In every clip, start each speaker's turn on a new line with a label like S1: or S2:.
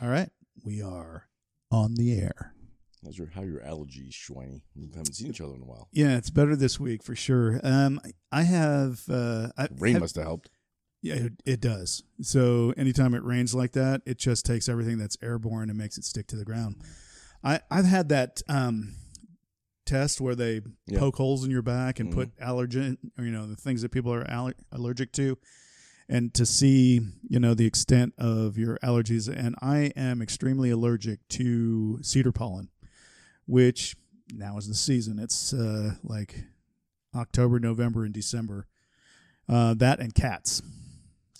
S1: All right, we are on the air.
S2: How's your how are your allergies, Schweiny? We haven't seen each other in a while.
S1: Yeah, it's better this week for sure. Um, I- I have uh, I,
S2: Rain
S1: have-
S2: must have helped.
S1: Yeah, it, it does. So anytime it rains like that, it just takes everything that's airborne and makes it stick to the ground. I I've had that um, test where they
S2: Yeah.
S1: poke holes in your back and
S2: Mhm.
S1: put allergen, or, you know, the things that people are aller- allergic to, and to see you know the extent of your allergies. And I am extremely allergic to cedar pollen, which now is the season. It's uh, like October, November, and December. Uh, that and cats.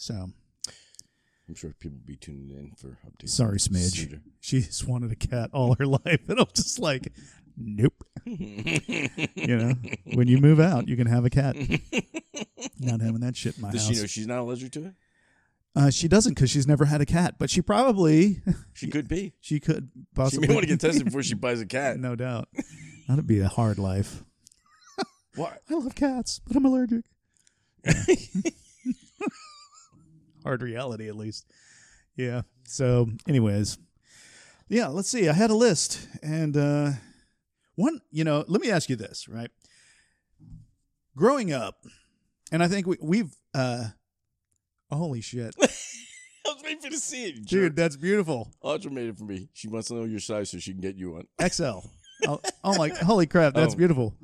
S1: So
S2: I'm sure people will be tuning in for updates.
S1: sorry, Smidge.
S2: Cedar.
S1: She just wanted a cat all her life, and I'm just like, nope. You know, when you move out, you can have a cat. Not having that shit in my
S2: Does
S1: house.
S2: she know she's not allergic to it?
S1: uh, she doesn't because she's never had a cat, but she probably
S2: She could be.
S1: she could
S2: She
S1: possibly.
S2: may want to get tested before she buys a cat.
S1: no doubt. That'd be a hard life.
S2: What?
S1: I love cats, but I'm allergic. Hard reality, at least. Yeah. So, anyways, yeah. Let's see. I had a list, and uh, one. You know, let me ask you this, right? Growing up, and I think we, we've. Uh, holy shit,
S2: I was waiting for you to see it.
S1: dude,
S2: Dude,
S1: that's beautiful.
S2: Audra made it for me. She wants to know your size so she can get you one.
S1: XL. Oh, oh my! Holy crap, that's
S2: Oh.
S1: beautiful.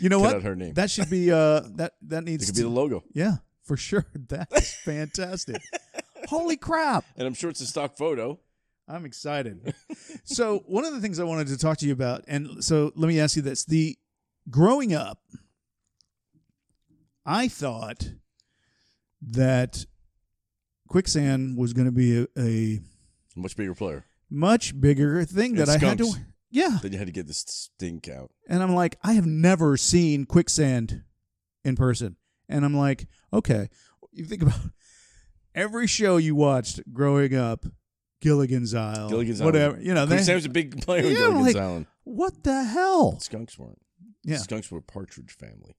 S1: You know what?
S2: out her name.
S1: That should be. Uh, that that
S2: It
S1: needs
S2: could
S1: to
S2: be the logo.
S1: Yeah, for sure. That is fantastic. Holy crap.
S2: And I'm sure it's a stock photo.
S1: I'm excited. so, one of the things I wanted to talk to you about, and so let me ask you this the growing up, I thought that quicksand was going to be a, a
S2: Much bigger player.
S1: much bigger thing that
S2: And
S1: I had to.
S2: skunks.
S1: Yeah.
S2: Then you had to get the stink out.
S1: And I'm like, I have never seen quicksand in person. And I'm like, okay, you think about every show you watched growing up, Gilligan's Isle,
S2: Gilligan's Island.
S1: whatever, you know, they,
S2: Quicksand was a big player in
S1: Yeah,
S2: Gilligan's
S1: like-
S2: Island.
S1: what the hell?
S2: Skunks weren't.
S1: Yeah.
S2: Skunks were a partridge family.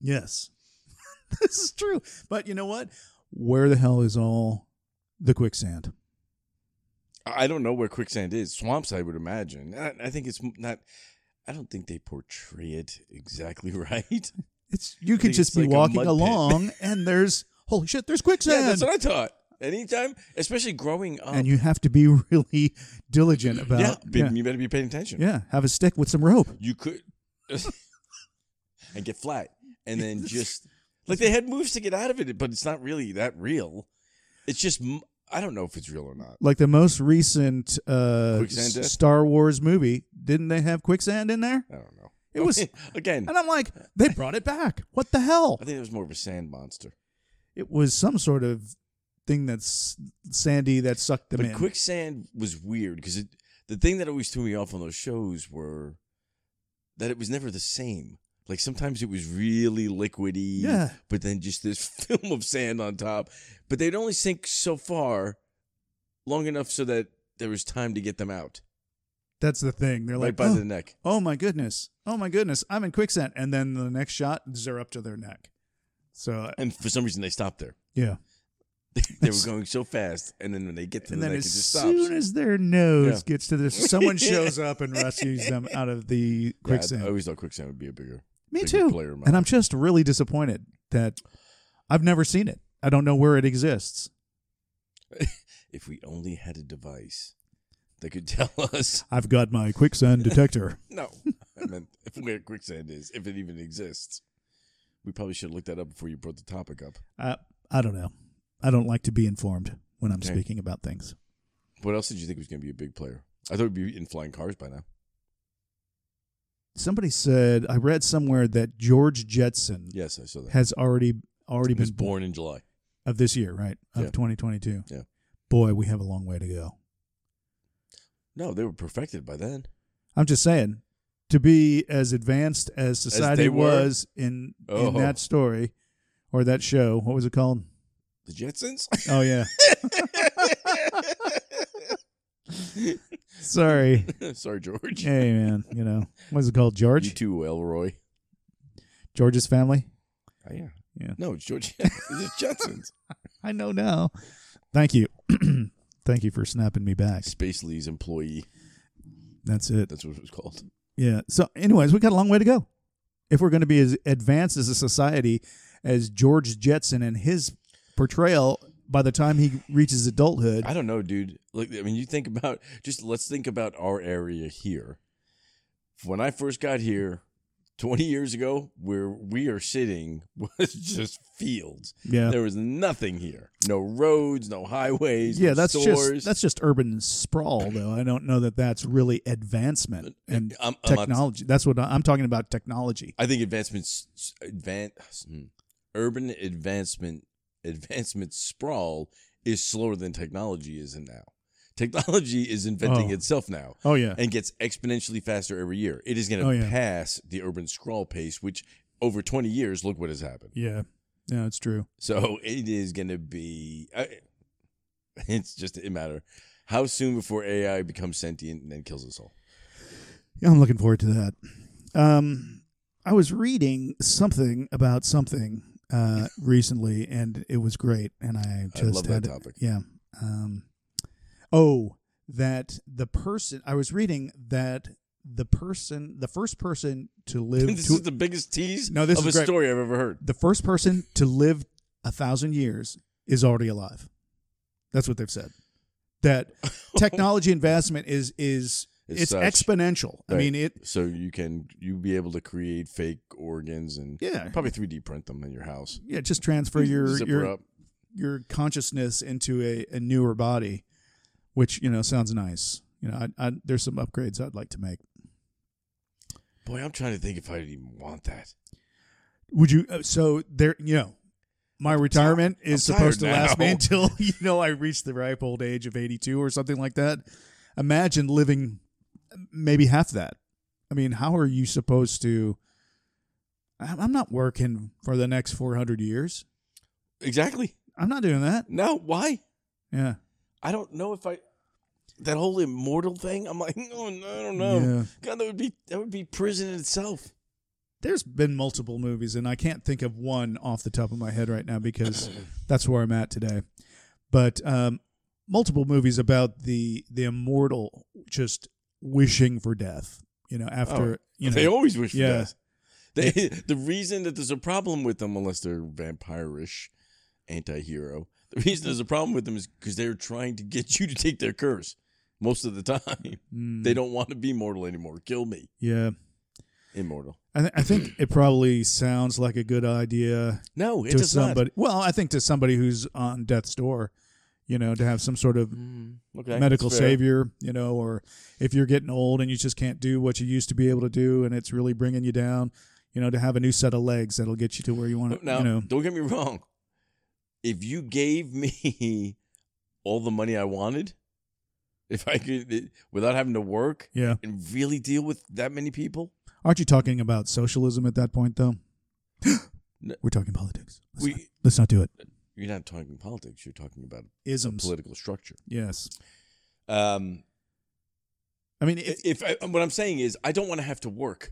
S1: Yes, this is true. But you know what? Where the hell is all the quicksand?
S2: I I don't know where quicksand is. Swamps, I would imagine. I, I think it's m- not. I don't think they portray it exactly right.
S1: It's you
S2: think
S1: could just
S2: it's
S1: be
S2: like a mud
S1: walking
S2: pit.
S1: along and there's holy shit, there's quicksand.
S2: yeah, that's what I thought. Anytime, especially growing up.
S1: and you have to be really diligent about
S2: yeah, be-
S1: yeah,
S2: you better be paying attention.
S1: yeah, have a stick with some rope.
S2: You could. and get flat. And then just. Like they had moves to get out of it, but it's not really that real. It's just. m- I don't know if it's real or not.
S1: like the most recent uh,
S2: Quicksand
S1: S-
S2: death?
S1: Star Wars movie, didn't they have quicksand in there?
S2: I don't know.
S1: It was, and
S2: Again,
S1: I'm like, they brought it back. What the hell?
S2: I think it was more of a sand monster.
S1: It was some sort of thing that's sandy that sucked them
S2: but
S1: in.
S2: quicksand was weird because it the thing that always threw me off on those shows were that it was never the same like sometimes it was really liquidy
S1: Yeah.
S2: but then just this film of sand on top but they'd only sink so far long enough so that there was time to get them out
S1: that's the thing. They're
S2: right
S1: like,
S2: by
S1: oh,
S2: the neck
S1: oh my goodness, oh my goodness, I'm in quicksand, and then the next shot is they're up to their neck. So uh,
S2: and for some reason they stopped there
S1: yeah,
S2: they were going so fast and then when they get to
S1: and
S2: the
S1: then
S2: neck it
S1: as
S2: just
S1: soon
S2: stops
S1: as their nose
S2: Yeah.
S1: gets to this, someone shows up and rescues them out of the
S2: Yeah, I-
S1: quicksand.
S2: I always thought quicksand would be a bigger
S1: Me
S2: bigger
S1: too.
S2: player
S1: And I'm just really disappointed that I've never seen it. I don't know where it exists.
S2: if we only had a device that could tell us
S1: I've got my quicksand detector.
S2: No, I meant if where quicksand is, if it even exists. We probably should have looked that up before you brought the topic up.
S1: I, I don't know. I don't like to be informed when I'm
S2: Okay.
S1: speaking about things.
S2: What else did you think was going to be a big player? I thought it'd be in flying cars by now.
S1: Somebody said I read somewhere that George Jetson
S2: Yes, I saw that.
S1: has already already
S2: He was
S1: been born
S2: born in July.
S1: of this year, right? Of
S2: Yeah.
S1: 2022.
S2: Yeah.
S1: boy, we have a long way to go.
S2: No, they were perfected by then.
S1: I'm just saying, to be as advanced as society
S2: they were?
S1: was in
S2: Oh.
S1: in that story or that show, what was it called?
S2: The Jetsons.
S1: Oh yeah, sorry.
S2: Sorry, George.
S1: Hey man, you know what is it called?
S2: You
S1: George,
S2: too, Elroy.
S1: George's family.
S2: Oh, yeah.
S1: Yeah.
S2: No, it's George. it's Jetsons.
S1: I know now. Thank you, thank you for snapping me back.
S2: Space Lee's employee.
S1: That's it.
S2: That's what it was called.
S1: Yeah. So, anyways, we got a long way to go. If we're going to be as advanced as a society as George Jetson and his portrayal by the time he reaches adulthood,
S2: I don't know, dude. Like, I mean, you think about just let's think about our area here. When I first got here 20 years ago, where we are sitting was just fields.
S1: yeah,
S2: There was nothing here. No roads, no highways.
S1: yeah,
S2: no
S1: that's
S2: stores.
S1: just that's just urban sprawl, though. I don't know that that's really advancement and
S2: I'm, I'm not-
S1: technology. That's what I- I'm talking about. Technology.
S2: I think advancements, advance, urban advancement, advancement sprawl is slower than technology is in now. Technology is inventing
S1: Oh.
S2: itself now
S1: Oh yeah,
S2: and gets exponentially faster every year. It is going to
S1: Oh, yeah.
S2: pass the urban sprawl pace, which over 20 years, look what has happened.
S1: yeah, yeah. It's true.
S2: So it is going to be, I, it's just a matter how soon before AI becomes sentient and then kills us all.
S1: Yeah, I'm looking forward to that. Um, I was reading something about something uh, recently, and it was great. And I
S2: I
S1: just
S2: love
S1: had
S2: that topic.
S1: yeah. Um, oh, that the person I was reading that the person, the first person to live
S2: this
S1: to
S2: is the biggest tease
S1: No, this
S2: of
S1: is
S2: a
S1: great.
S2: story I've ever heard.
S1: the first person to live a thousand years is already alive. That's what they've said. That technology investment is is
S2: It's
S1: it's
S2: such-
S1: exponential. I
S2: Right.
S1: mean it.
S2: so you can you be able to create fake organs and
S1: Yeah,
S2: probably 3D print them in your house.
S1: Yeah, just transfer your
S2: Zipper
S1: your
S2: up.
S1: your consciousness into a, a newer body, which you know sounds nice. You know, I, I, there's some upgrades I'd like to make.
S2: Boy, I'm trying to think if I'd even want that.
S1: Would you? uh, So there, you know, my retirement is
S2: I'm
S1: supposed to
S2: tired
S1: last me
S2: now.
S1: until you know I reach the ripe old age of 82 or something like that. Imagine living maybe half that. I mean, how are you supposed to? I'm I'm not working for the next 400 years.
S2: Exactly.
S1: I'm not doing that.
S2: No, why?
S1: Yeah.
S2: I don't know if I that whole immortal thing. I'm like, no, no, I don't know.
S1: Yeah.
S2: God, that would be that would be prison in itself.
S1: There's been multiple movies, and I can't think of one off the top of my head right now because that's where I'm at today. But um, multiple movies about the the immortal just wishing for death. You know, after
S2: Oh,
S1: you know,
S2: they always wish
S1: yeah.
S2: for death. They, the reason that there's a problem with them, unless they're vampirish, anti-hero, the reason there's a problem with them is because they're trying to get you to take their curse most of the time.
S1: mm,
S2: They don't want to be mortal anymore. Kill me,
S1: yeah.
S2: immortal.
S1: I, th- I think it probably sounds like a good idea
S2: No, it
S1: to
S2: does
S1: somebody. Well, I think to somebody who's on death's door, you know, to have some sort of
S2: not. Mm, okay,
S1: medical
S2: that's fair.
S1: savior, you know, or if you're getting old and you just can't do what you used to be able to do and it's really bringing you down, you know, to have a new set of legs that'll get you to where you want to,
S2: Now,
S1: you know.
S2: don't get me wrong. If you gave me all the money I wanted, if I could, without having to work
S1: Yeah.
S2: and really deal with that many people,
S1: Aren't you talking about socialism at that point, though?
S2: No.
S1: We're talking politics. Let's, not,
S2: we
S1: let's not do it.
S2: you're not talking politics. You're talking about
S1: Isms.
S2: political structure.
S1: yes.
S2: Um,
S1: I mean,
S2: if,
S1: it,
S2: if I, what I'm saying is, I don't want to have to work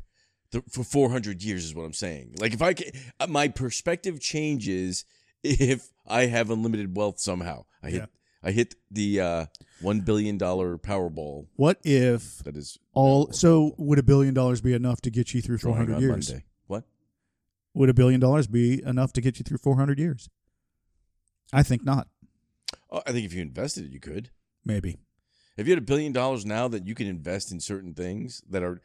S2: the, for 400 years. Is what I'm saying. Like if I can, uh, my perspective changes if I have unlimited wealth somehow. I hit
S1: Yeah.
S2: I hit the uh, one billion dollar Powerball.
S1: what if
S2: That is
S1: all? So would a billion dollars be enough to get you through
S2: drawing
S1: 400
S2: on
S1: years?
S2: Monday. What?
S1: Would a billion dollars be enough to get you through 400 years? I think not.
S2: Oh, I think if you invested it, you could.
S1: Maybe.
S2: If you had a billion dollars now that you can invest in certain things that are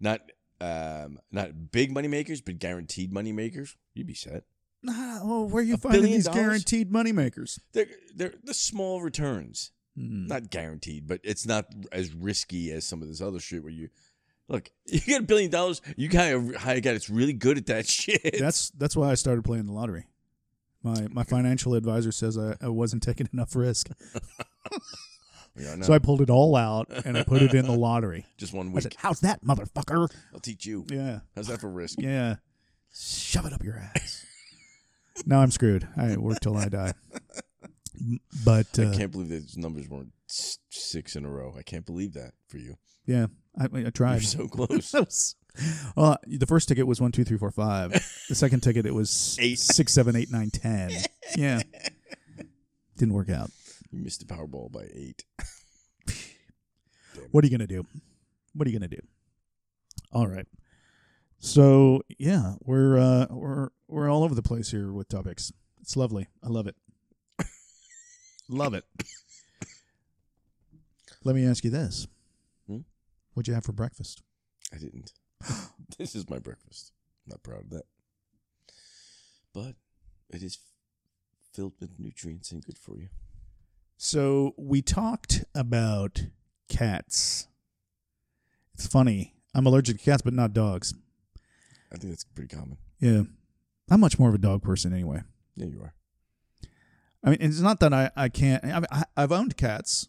S2: not um, not big money makers, but guaranteed money makers, you'd be set.
S1: Nah, well, where are you
S2: A
S1: finding
S2: billion
S1: these
S2: dollars?
S1: guaranteed moneymakers?
S2: They're they're the small returns,
S1: Hmm.
S2: not guaranteed, but it's not as risky as some of this other shit where you look. You get a billion dollars, you got a high guy that's really good at that shit.
S1: That's that's why I started playing the lottery. My my financial advisor says I, I wasn't taking enough risk.
S2: You know, no,
S1: So I pulled it all out and I put it in the lottery.
S2: just one
S1: I
S2: week.
S1: said, "How's that, motherfucker?"
S2: I'll teach you.
S1: Yeah,
S2: How's that for risk?
S1: yeah. Shove it up your ass. now I'm screwed. I work till I die. M- But
S2: I
S1: uh,
S2: can't believe those numbers weren't s- six in a row. I can't believe that for you.
S1: yeah, I, I
S2: You're
S1: tried.
S2: so close.
S1: That was- well, the first ticket was one, two, three, four, five. The second ticket it was
S2: Eight.
S1: six, seven, eight, nine, ten. Yeah, didn't work out.
S2: you missed the Powerball by eight.
S1: What are you gonna do? What are you gonna do? All right. So yeah, we're uh, we're we're all over the place here with topics. It's lovely. I love it. love it. Let me ask you this:
S2: Hmm?
S1: What'd you have for breakfast?
S2: I didn't. this is my breakfast. Not proud of that. But it is filled with nutrients and good for you.
S1: So we talked about cats. It's funny. I'm allergic to cats, but not dogs.
S2: I think that's pretty common.
S1: Yeah, I'm much more of a dog person anyway.
S2: Yeah, you are.
S1: I mean, it's not that I, I can't. I mean, I, I've owned cats.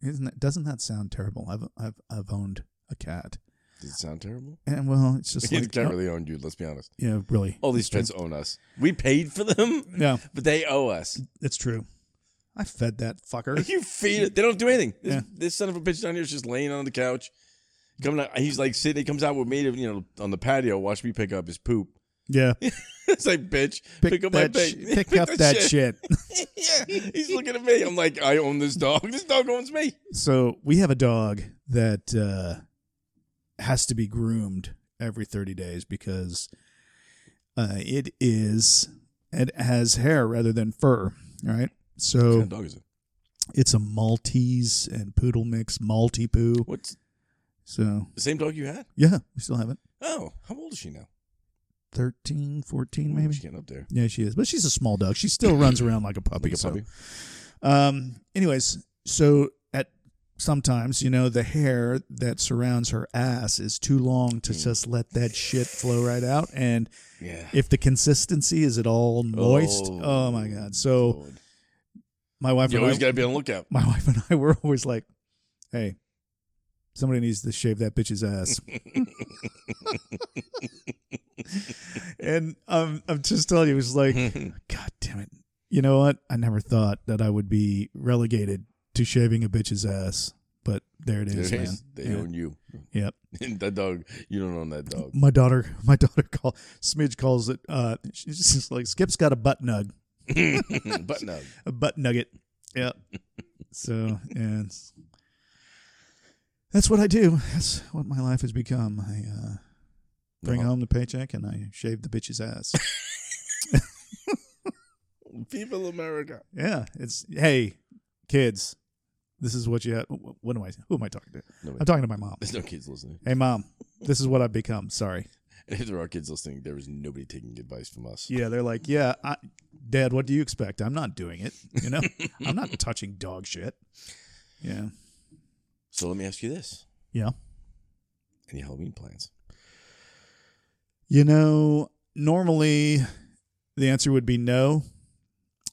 S1: Isn't that, doesn't that sound terrible? I've I've I've owned a cat,
S2: Does it sound terrible?
S1: and well, it's
S2: The
S1: just
S2: kids
S1: like oh,
S2: can't really own you, let's be honest.
S1: yeah, really.
S2: All these pets own us. We paid for them,
S1: Yeah,
S2: but they owe us.
S1: it's true. I fed that fucker.
S2: You feed it. They don't do anything. This,
S1: Yeah.
S2: this son of a bitch down here is just laying on the couch. Coming out, he's like sitting. He comes out with me, to, you know, on the patio. Watch me pick up his poop.
S1: Yeah,
S2: it's like, bitch, pick, up my
S1: that
S2: bait.
S1: sh- pick up that shit.
S2: yeah, he's looking at me. I'm like, I own this dog. This dog owns me.
S1: So we have a dog that uh, has to be groomed every 30 days because uh, it is it has hair rather than fur, right?
S2: What
S1: So
S2: kind of dog is it?
S1: it's a Maltese and poodle mix, Malty poo.
S2: What's
S1: So
S2: the same dog you had?
S1: yeah, we still have it.
S2: Oh, how old is she now?
S1: 13, 14
S2: She's
S1: maybe.
S2: getting up there.
S1: Yeah, she is, but she's a small dog. She still runs around like a puppy.
S2: Like a
S1: so-
S2: puppy.
S1: Um. Anyways, so at sometimes you know the hair that surrounds her ass is too long
S2: Hmm.
S1: to just let that shit flow right out, and
S2: Yeah.
S1: if the consistency is at all moist, oh, my god! So
S2: Lord.
S1: my wife
S2: you
S1: and I,
S2: always got to be on the lookout.
S1: my wife and I were always like, "Hey, somebody needs to shave that bitch's ass." and um, I'm just telling you, it was
S2: Hmm.
S1: like, God damn it. You know what? I never thought that I would be relegated to shaving a bitch's ass, but there it
S2: There
S1: is,
S2: it
S1: man.
S2: is. They
S1: Yeah.
S2: own you.
S1: Yep.
S2: that dog, you don't own that dog.
S1: My daughter, my daughter call Smidge calls it. Uh, she's just like Skip's got a butt nug,
S2: but no,
S1: a butt nugget. Yeah. so and that's what I do. That's what my life has become. I uh, bring
S2: Uh-huh.
S1: home the paycheck and I shave the bitch's ass.
S2: people of America.
S1: yeah. It's hey, kids, this is what you. Ha- what am I? Who am I talking to?
S2: No, wait.
S1: I'm talking to my mom.
S2: There's no kids listening.
S1: Hey, mom, this is what I've become. Sorry.
S2: And if there are kids listening, there is nobody taking advice from us.
S1: Yeah, they're like, yeah, I, Dad, what do you expect? I'm not doing it. You know, I'm not touching dog shit. Yeah.
S2: So let me ask you this:
S1: Yeah.
S2: Any Halloween plans?
S1: You know, normally the answer would be no.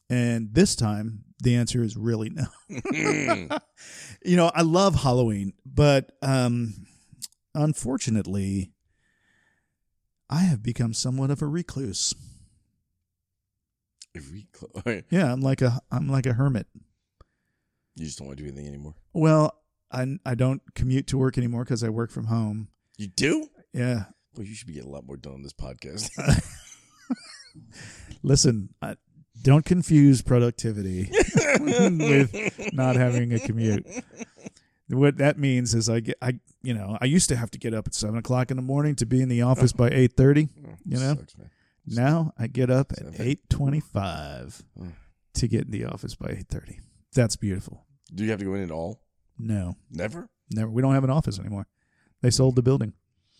S1: And this time the answer is really no. you know, I love Halloween, but um, unfortunately, I have become somewhat of a recluse.
S2: If we clo- All right.
S1: Yeah, I'm like a I'm like a hermit.
S2: You just don't want to do anything anymore.
S1: Well, I I don't commute to work anymore because I work from home.
S2: You do?
S1: Yeah,
S2: Well, you should be getting a lot more done on this podcast.
S1: listen, I, don't confuse productivity with not having a commute. What that means is I get I you know I used to have to get up at seven o'clock in the morning to be in the office by eight thirty.
S2: Oh,
S1: You know?
S2: sucks, man.
S1: Now I get up at
S2: Seven.
S1: eight twenty five
S2: Mm.
S1: to get in the office by eight thirty. That's beautiful.
S2: Do you have to go in at all?
S1: No,
S2: Never.
S1: never. We don't have an office anymore. They sold the building.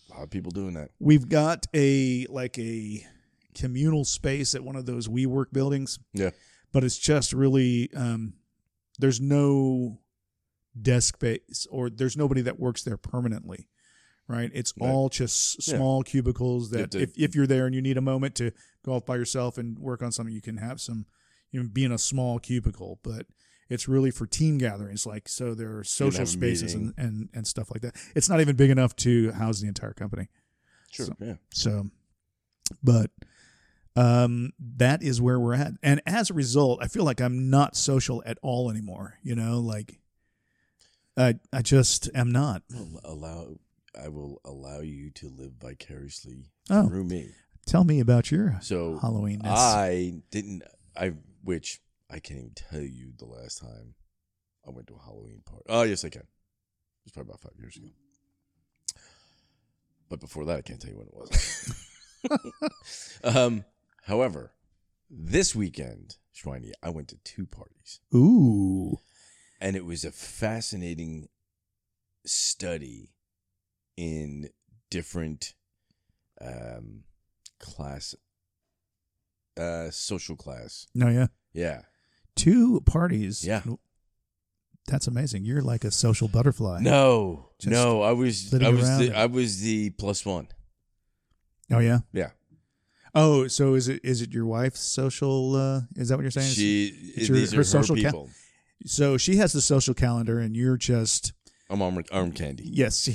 S2: A lot of people doing that.
S1: We've got a like a communal space at one of those WeWork buildings.
S2: Yeah.
S1: But it's just really um there's no desk space or there's nobody that works there permanently. Right? It's
S2: Right.
S1: all just s-
S2: Yeah.
S1: small cubicles
S2: You have
S1: that
S2: to-
S1: if, if you're there and you need a moment to go off by yourself and work on something, you can have some you know, be in a small cubicle, but It's really for team gatherings, like so there are social
S2: have a
S1: spaces and,
S2: meeting.
S1: and and stuff like that. It's not even big enough to house the entire company.
S2: Sure.
S1: So-
S2: yeah.
S1: So, but um, that is where we're at. And as a result, I feel like I'm not social at all anymore. You know, like I I just am not.
S2: Al- Allow. I will allow you to live vicariously
S1: Oh,
S2: through me.
S1: tell me about your
S2: So
S1: Halloween.
S2: I didn't. I which I can't even tell you the last time I went to a Halloween party. Oh yes, I can. It was probably about five years ago. But before that, I can't tell you when it was. um, however, this weekend, Schweiny, I went to two parties
S1: Ooh.
S2: and it was a fascinating study in different um class uh social class
S1: No, yeah.
S2: yeah
S1: Two parties.
S2: Yeah.
S1: That's amazing. You're like a social butterfly.
S2: no
S1: Just
S2: no i was
S1: sitting
S2: i was
S1: around
S2: the,
S1: it.
S2: i was the plus one
S1: Oh yeah.
S2: Yeah.
S1: Oh, so is it is it your wife's social uh is that what you're saying?
S2: she
S1: it's your-
S2: these
S1: her
S2: are her
S1: social ca-
S2: people
S1: so she has the social calendar and you're just
S2: i'm arm, arm candy
S1: yes,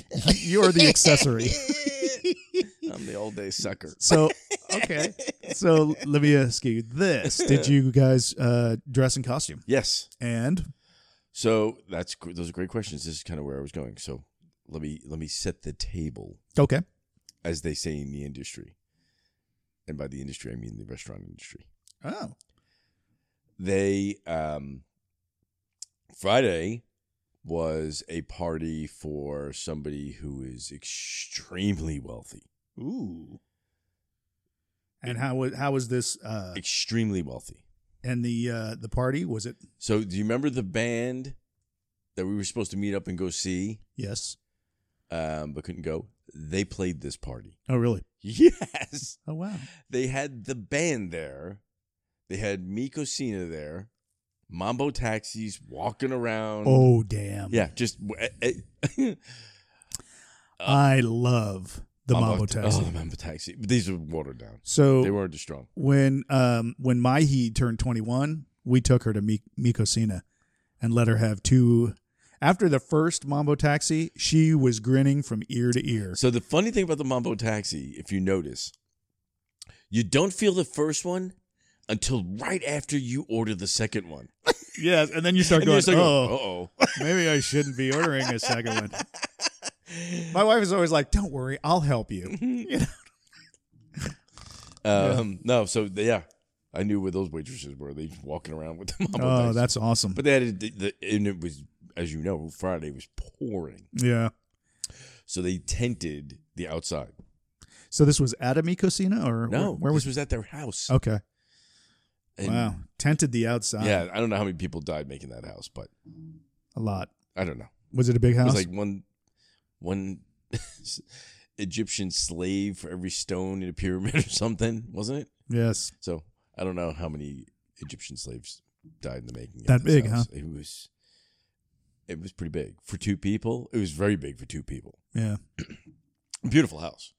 S1: you're the accessory.
S2: i'm the all day sucker
S1: So okay. So let me ask you this. Did you guys uh dress in costume?
S2: yes
S1: And
S2: so that's gr- those are great questions this is kind of where i was going so let me let me set the table
S1: okay.
S2: as they say in the industry. And by the industry, I mean the restaurant industry.
S1: Oh.
S2: They, um, Friday was a party for somebody who is extremely wealthy,
S1: Ooh. And how was how was this uh
S2: extremely wealthy.
S1: and the uh the party was it
S2: So, do you remember the band that we were supposed to meet up and go see,
S1: yes.
S2: um, but couldn't go? They played this party.
S1: Oh really?
S2: Yes.
S1: Oh wow.
S2: They had the band there. They had Miko Cena there, Mambo Taxis walking around.
S1: Oh damn.
S2: Yeah, just eh,
S1: I love the Mambo Taxi. Oh.
S2: Oh, the Mambo Taxi. But these are watered down. They
S1: So
S2: weren't as strong.
S1: when um when Mahi turned 21, we took her to Mi- Mikosina and let her have two after the first Mambo Taxi, she was grinning from ear to ear.
S2: So the funny thing about the Mambo Taxi, if you notice, you don't feel the first one until right after you order the second one.
S1: Yes, and then you start
S2: And you're
S1: going,
S2: just like,
S1: "Oh,
S2: oh,
S1: maybe I shouldn't be ordering a second one."
S2: uh-oh.
S1: My wife is always like, "Don't worry, I'll help you."
S2: um, no, so yeah, I knew where those waitresses were. They just walking around with the Mambo
S1: Oh,
S2: Taxi.
S1: that's awesome.
S2: but they had a- the, the, and it was as you know Friday was pouring,
S1: Yeah.
S2: so they tented the outside.
S1: So this was at a Mikosina or
S2: No,
S1: where, where
S2: this
S1: was
S2: was at their house.
S1: Okay.
S2: And,
S1: wow. Tented the outside
S2: Yeah, I don't know how many people died making that house, but
S1: a lot.
S2: I don't know.
S1: Was it a big
S2: It was
S1: house?
S2: like one, one Egyptian slave for every stone in a pyramid or something, wasn't it?
S1: yes.
S2: So I don't know how many Egyptian slaves died in the making. of
S1: That
S2: this
S1: big,
S2: house. It was. It was pretty big for two people. It was very big for two people.
S1: Yeah.
S2: beautiful house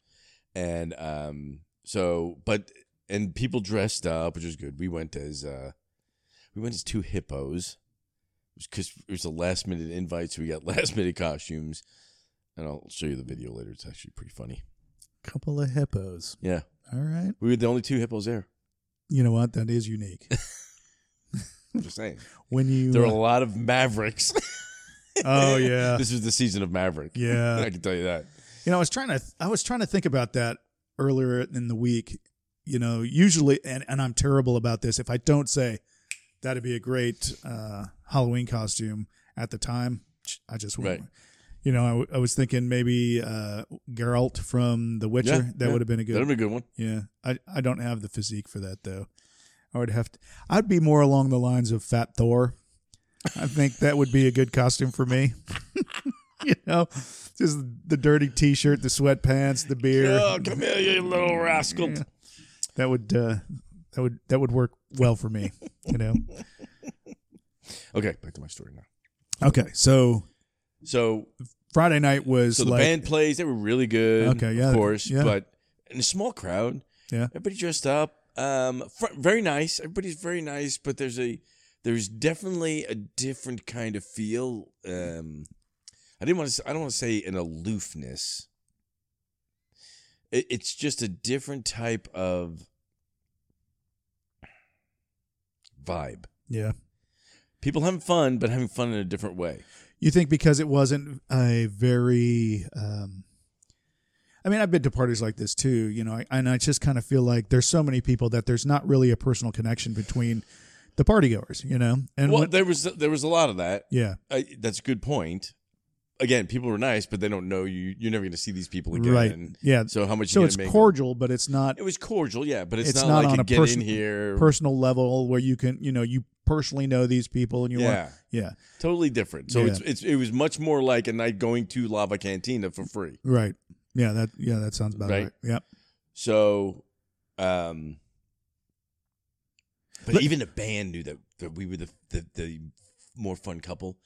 S2: and um so but and people dressed up which was good we went as uh we went as two hippos because it was a last minute invite so we got last minute costumes and i'll show you the video later it's actually pretty funny
S1: Couple of hippos.
S2: yeah
S1: All right.
S2: we were the only two hippos there
S1: You know what? That is unique.
S2: i'm just saying
S1: When you uh,
S2: there were a lot of mavericks
S1: Oh yeah.
S2: this was the season of maverick
S1: Yeah.
S2: i can tell you that
S1: You know, I was trying to I was trying to think about that earlier in the week. You know, usually and, and I'm terrible about this. If I don't say that'd be a great uh, Halloween costume at the time, I just wouldn't.
S2: Right.
S1: You know, I, w- I was thinking maybe uh, Geralt from The Witcher.
S2: Yeah,
S1: that
S2: yeah.
S1: would have been a good.
S2: that'd be a good one
S1: Yeah, I I don't have the physique for that though. I would have to. I'd be more along the lines of Fat Thor. I think that would be a good costume for me. you know, just the dirty T-shirt, the sweatpants, the beard.
S2: oh come here you little rascal
S1: Yeah. That would uh, that would that would work well for me. You know.
S2: okay back to my story now
S1: Okay, so
S2: so
S1: Friday night was
S2: So the
S1: like
S2: band plays; they were really good.
S1: Okay, yeah,
S2: of course,
S1: yeah.
S2: but in a small crowd,
S1: Yeah.
S2: everybody dressed up. Um, fr- very nice. Everybody's very nice, but there's a there's definitely a different kind of feel. Um, I didn't want to. I don't want to say an aloofness. It, it's just a different type of vibe.
S1: Yeah.
S2: People having fun, but having fun in a different way.
S1: You think because it wasn't a very. Um, I mean, I've been to parties like this too, you know, I, and I just kind of feel like there's so many people that there's not really a personal connection between the partygoers, you know, and
S2: well,
S1: when-
S2: there was there was a lot of that.
S1: yeah,
S2: I, that's a good point. Again, people are nice, but they don't know you. You're never going to see these people again.
S1: right, yeah.
S2: So how much?
S1: So
S2: you
S1: it's
S2: gonna make?
S1: cordial, but it's not
S2: It was cordial, yeah, but it's,
S1: It's
S2: not,
S1: not
S2: like
S1: on
S2: you
S1: a
S2: get
S1: person-
S2: in here.
S1: personal level where you can, you know, you personally know these people and you
S2: yeah,
S1: want, yeah,
S2: totally different. So it's, it's it was much more like a night going to Lava Cantina for free.
S1: right, yeah, that, yeah, that sounds about
S2: Right.
S1: right. Yep.
S2: So, um, but
S1: Let-
S2: even the band knew that, that we were the, the the more fun couple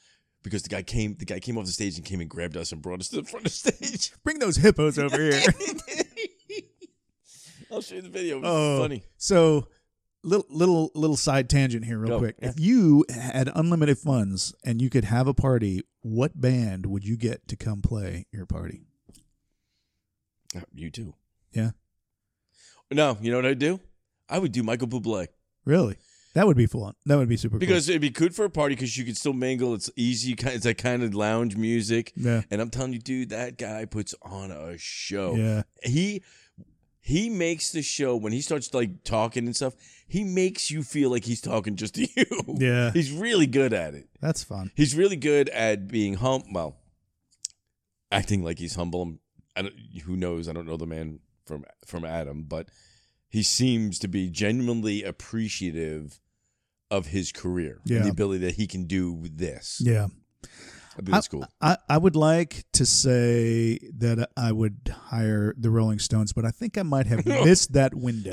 S2: because the guy came the guy came off the stage and came and grabbed us and brought us to the front of the stage.
S1: Bring those hippos over here.
S2: I'll show you the video. It was
S1: Oh.
S2: funny.
S1: So, little little little side tangent here, real
S2: Go.
S1: quick. If you had unlimited funds and you could have a party, what band would you get to come play your party?
S2: Oh, You too.
S1: Yeah.
S2: No, you know what I'd do? I would do Michael Bublé.
S1: Really, that would be fun. That would be super.
S2: Because it'd be good for a party because you could still mingle. It's easy. ki- It's that kind of lounge music.
S1: cool. yeah,
S2: And I'm telling you, dude, that guy puts on a show.
S1: yeah,
S2: He he makes the show when he starts like talking and stuff. He makes you feel like he's talking just to you.
S1: yeah.
S2: He's really good at it.
S1: That's fun.
S2: He's really good at being hum. Well, acting like he's humble. I'm- I don't, who knows? I don't know the man from from Adam, but he seems to be genuinely appreciative of his career and
S1: Yeah.
S2: the ability that he can do this.
S1: Yeah,
S2: I think that's cool.
S1: I I would like to say that I would hire the Rolling Stones, but I think I might have missed that window.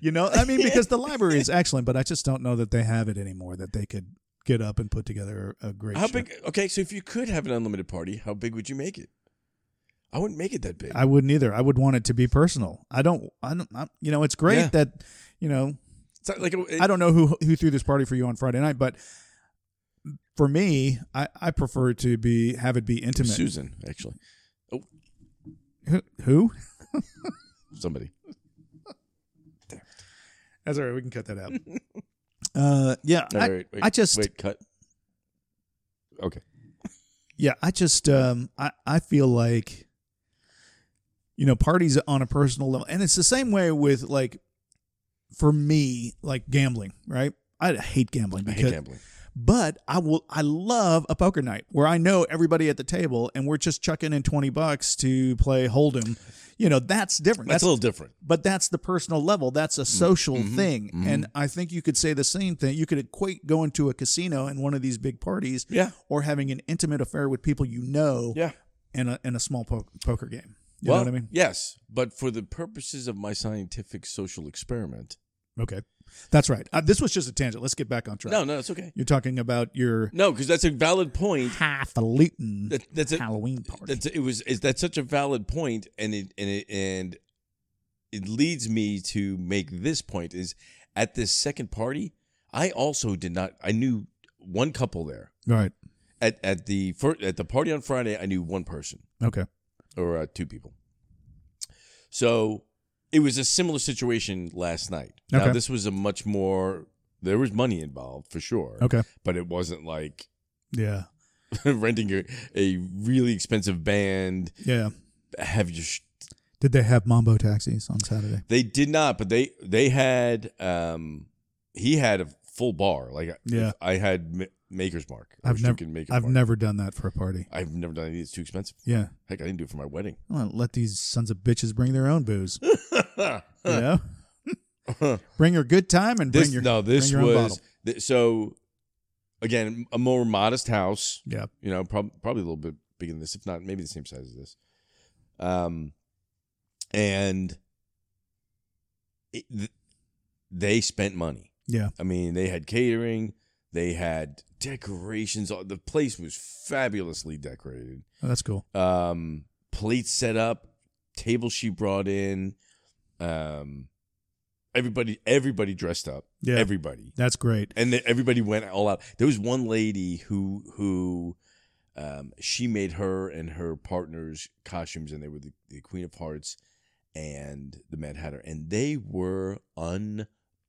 S1: You know, I mean, because the library is excellent, but I just don't know that they have it anymore. That they could get up and put together a great.
S2: how
S1: show.
S2: big? Okay, so if you could have an unlimited party, how big would you make it? I wouldn't make it that big.
S1: I wouldn't either. I would want it to be personal. I don't. I don't. I, you know, it's great
S2: Yeah.
S1: that you know.
S2: It's not like a-
S1: I don't know who who threw this party for you on Friday night, but for me, I, I prefer to be have it be intimate.
S2: Susan actually.
S1: Who, who?
S2: Somebody.
S1: That's all right. We can cut that out. uh, yeah.
S2: All
S1: I,
S2: right, wait,
S1: I just
S2: wait. Cut. Okay.
S1: yeah. I just um. I I feel like you know parties on a personal level, and it's the same way with like for me like gambling, right? I hate gambling
S2: I
S1: because
S2: hate gambling.
S1: but I will I love a poker night where I know everybody at the table and we're just chucking in 20 bucks to play hold'em. You know, that's different. That's,
S2: That's a little different.
S1: but that's the personal level. That's a social
S2: mhm,
S1: thing.
S2: mhm.
S1: And I think you could say the same thing. You could equate going to a casino and one of these big parties
S2: Yeah.
S1: or having an intimate affair with people you know
S2: Yeah.
S1: in a in a small po- poker game. You
S2: well,
S1: know what I mean?
S2: Yes, but for the purposes of my scientific social experiment.
S1: Okay. That's right. Uh, this was just a tangent. Let's get back on track.
S2: No, no, it's okay.
S1: You're talking about your
S2: No, because that's a valid point.
S1: highfalutin
S2: That, that's a,
S1: Halloween party.
S2: that's it was is that's such a valid point, and it and it and it leads me to make this point is at this second party, I also did not. I knew one couple there
S1: right.
S2: at at the first, at the party on Friday. I knew one person.
S1: Okay.
S2: or uh, two people. So it was a similar situation last night. Now
S1: Okay.
S2: this was a much more there was money involved for sure,
S1: Okay.
S2: but it wasn't like
S1: Yeah.
S2: renting a, a really expensive band.
S1: Yeah.
S2: Have your sh-
S1: Did they have Mambo taxis on Saturday?
S2: they did not, but they they had um he had a full bar. Like
S1: Yeah.
S2: I had Ma- Maker's Mark. I
S1: I've
S2: was
S1: never-
S2: drinking Maker's
S1: I've
S2: Mark.
S1: never done that for a party.
S2: I've never done it. It's too expensive.
S1: Yeah.
S2: Heck, I didn't do it for my wedding.
S1: I wanna let these sons of bitches bring their own booze. You know? bring your good time and
S2: this
S1: bring your
S2: no this
S1: bring your own
S2: was
S1: bottle.
S2: th- so again a more modest house
S1: Yeah.
S2: you know prob- probably a little bit bigger than this if not maybe the same size as this um and it, th- they spent money
S1: Yeah.
S2: i mean they had catering they had decorations Uh, the place was fabulously decorated
S1: Oh, that's cool.
S2: um plates set up table she brought in um everybody everybody dressed up.
S1: Yeah.
S2: Everybody.
S1: That's great.
S2: and then everybody went all out. There was one lady who who um, she made her and her partner's costumes, and they were the, the Queen of Hearts and the Mad Hatter, and they were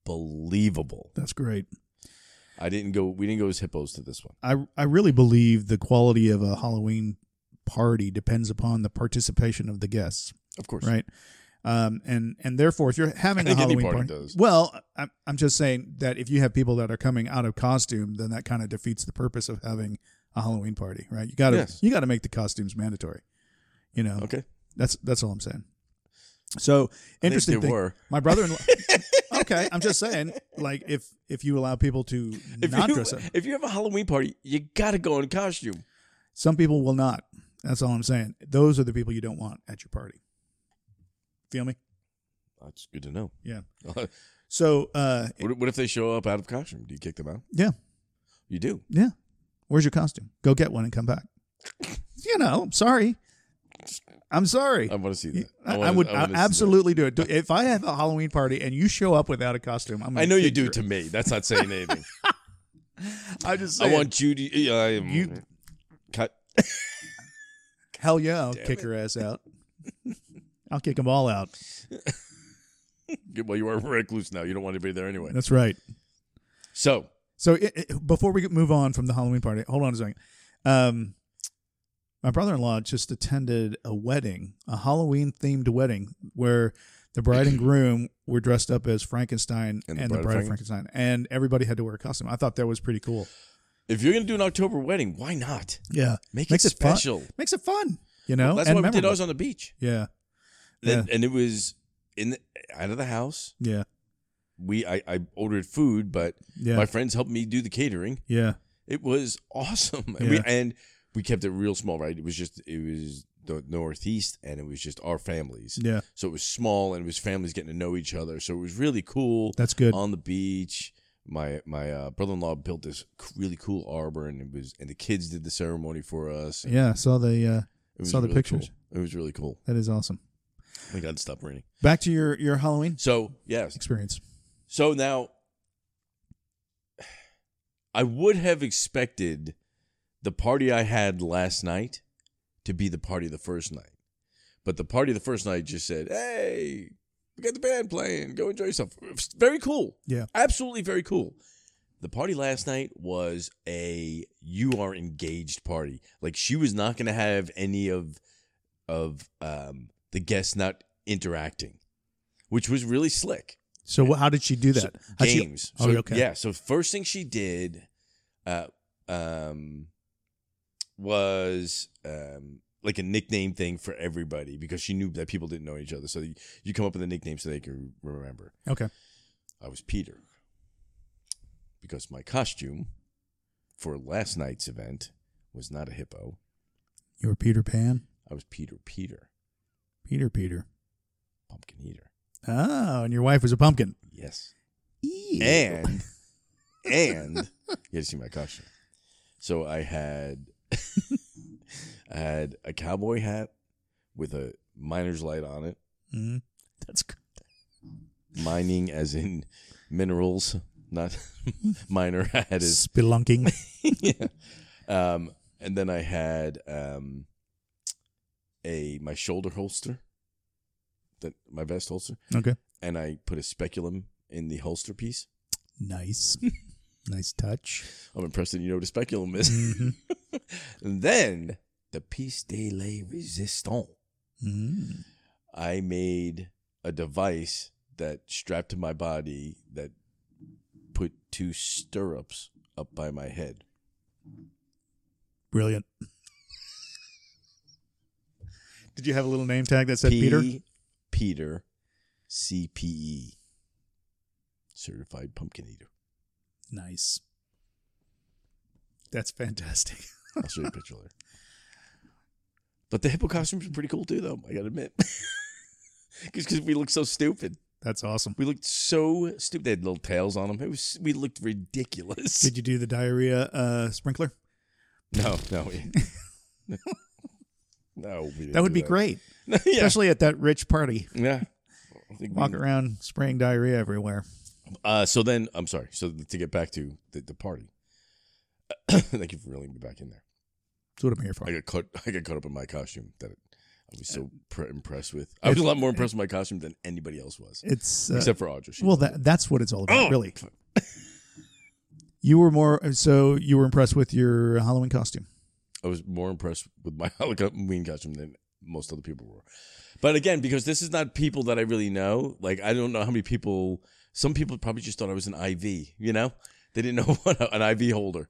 S2: unbelievable.
S1: That's great.
S2: I didn't go. We didn't go as hippos to this one.
S1: I I really believe the quality of a Halloween party depends upon the participation of the guests,
S2: Of course,
S1: right? Um, and and therefore, if you're having
S2: I
S1: a
S2: think any
S1: Halloween
S2: party
S1: party,
S2: does.
S1: well, I'm I'm just saying that if you have people that are coming out of costume, then that kind of defeats the purpose of having a Halloween party, right? You got to
S2: Yes.
S1: you got to make the costumes mandatory. You know,
S2: Okay,
S1: that's that's all I'm saying. So interesting
S2: I think there
S1: thing.
S2: were.
S1: My brother-in-law. okay, I'm just saying, like if if you allow people to
S2: If
S1: not
S2: you
S1: dress up,
S2: if you have a Halloween party, you gotta go in costume.
S1: Some people will not. That's all I'm saying. Those are the people you don't want at your party. Feel me?
S2: That's good to know.
S1: Yeah.
S2: what,
S1: So, uh,
S2: what if they show up out of costume? Do you kick them out?
S1: Yeah.
S2: You do.
S1: yeah. Where's your costume? Go get one and come back. You know, I'm sorry. I'm sorry.
S2: I want to see that.
S1: I,
S2: wanna-
S1: I would
S2: wanna see that.
S1: absolutely do it. Do- If I have a Halloween party and you show up without a costume, I'm. Gonna
S2: I know you
S1: kick
S2: do
S1: your-
S2: to me. That's not saying anything.
S1: I just.
S2: I
S1: Saying,
S2: want Judy. I am
S1: You-
S2: cut.
S1: Hell yeah! I'll
S2: Damn
S1: kick
S2: it.
S1: her ass out. I'll kick them all out.
S2: Well, you are a recluse now. You don't want anybody there anyway.
S1: That's right.
S2: So
S1: So it, it- before we move on from the Halloween party, hold on a second. Um, my brother-in-law just attended a wedding, a Halloween-themed wedding, where the bride and groom were dressed up as Frankenstein and the, bride, of Frankenstein, and everybody had to wear a costume. I thought that was pretty cool.
S2: if you're gonna do an October wedding, why not
S1: Yeah,
S2: make
S1: Makes
S2: it
S1: it fun.
S2: special?
S1: makes it fun, you know.
S2: That's
S1: and
S2: why we did
S1: memorable.
S2: ours on the beach,
S1: Yeah,
S2: and, and it was in the, out of the house.
S1: yeah,
S2: We I, I ordered food, but
S1: yeah,
S2: my friends helped me do the catering.
S1: yeah,
S2: It was awesome, and, we,
S1: Yeah.
S2: and we kept it real small. Right? It was just it was the northeast, and it was just our families.
S1: yeah.
S2: So it was small, and it was families getting to know each other. So it was really cool.
S1: That's good.
S2: on the beach. My my uh, brother in law built this c- really cool arbor, and it was and the kids did the ceremony for us.
S1: yeah, I saw the. Uh,
S2: It was
S1: Saw the
S2: really cool.
S1: pictures.
S2: It was really cool.
S1: that is awesome.
S2: My God, stop raining.
S1: Back to your your Halloween
S2: So yes,
S1: experience.
S2: so now I would have expected the party I had last night to be the party the first night, but the party the first night just said, "Hey, we got the band playing. Go enjoy yourself." It's Very cool.
S1: Yeah.
S2: absolutely very cool. The party last night was a you are engaged party. Like she was not going to have any of of um, the guests not interacting, which was really slick.
S1: So wh- how did she do that? How'd she-
S2: Games.
S1: Oh,
S2: So,
S1: okay.
S2: Yeah. So first thing she did, uh, um, was um like a nickname thing for everybody because she knew that people didn't know each other. So you, you come up with a nickname so they can remember.
S1: okay.
S2: I was Peter because my costume for last night's event was not a hippo.
S1: You were Peter Pan.
S2: I was Peter Peter,
S1: Peter Peter.
S2: pumpkin eater.
S1: Oh, and your wife was a pumpkin.
S2: Yes.
S1: Ew.
S2: And and you had to see my costume. So I had I had a cowboy hat with a miner's light on it.
S1: Mhm. that's cr-
S2: Mining as in minerals, not miner hat is
S1: spelunking.
S2: yeah. Um, and then I had um, a my shoulder holster, that my vest holster,
S1: okay,
S2: and I put a speculum in the holster piece.
S1: nice, nice touch.
S2: I'm impressed that you know what a speculum is.
S1: Mhm.
S2: and then the piece de la resistance.
S1: Mhm.
S2: I made a device that strapped to my body that put two stirrups up by my head.
S1: Brilliant. Did you have a little name tag that said
S2: P-
S1: Peter?
S2: Peter, CPE, certified pumpkin eater.
S1: Nice. That's fantastic.
S2: I'll show you a picture later. But the hippo costumes were pretty cool too, though. I gotta admit, because we looked so stupid.
S1: That's awesome.
S2: We looked so stupid. They had little tails on them. It was we looked ridiculous.
S1: Did you do the diarrhea uh, sprinkler?
S2: No, no, we- no. we didn't
S1: That would be
S2: do
S1: great,
S2: yeah,
S1: especially at that rich party.
S2: yeah. I think we-
S1: Walk around spraying diarrhea everywhere.
S2: Uh, so then, I'm sorry. So to get back to the, the party, thank you for reeling me back in there.
S1: That's what I'm here for.
S2: I got caught. I got caught up in my costume that I was
S1: Uh,
S2: so pre- impressed with. I was a lot more impressed with my costume than anybody else was,
S1: It's uh,
S2: except for Audra. She-
S1: well, that that's what it's all about,
S2: Oh!
S1: really. You were more so you were impressed with your Halloween costume.
S2: I was more impressed with my Halloween costume than most other people were. But again, because this is not people that I really know. Like I don't know how many people. Some people probably just thought I was an IV. You know, they didn't know what an IV holder.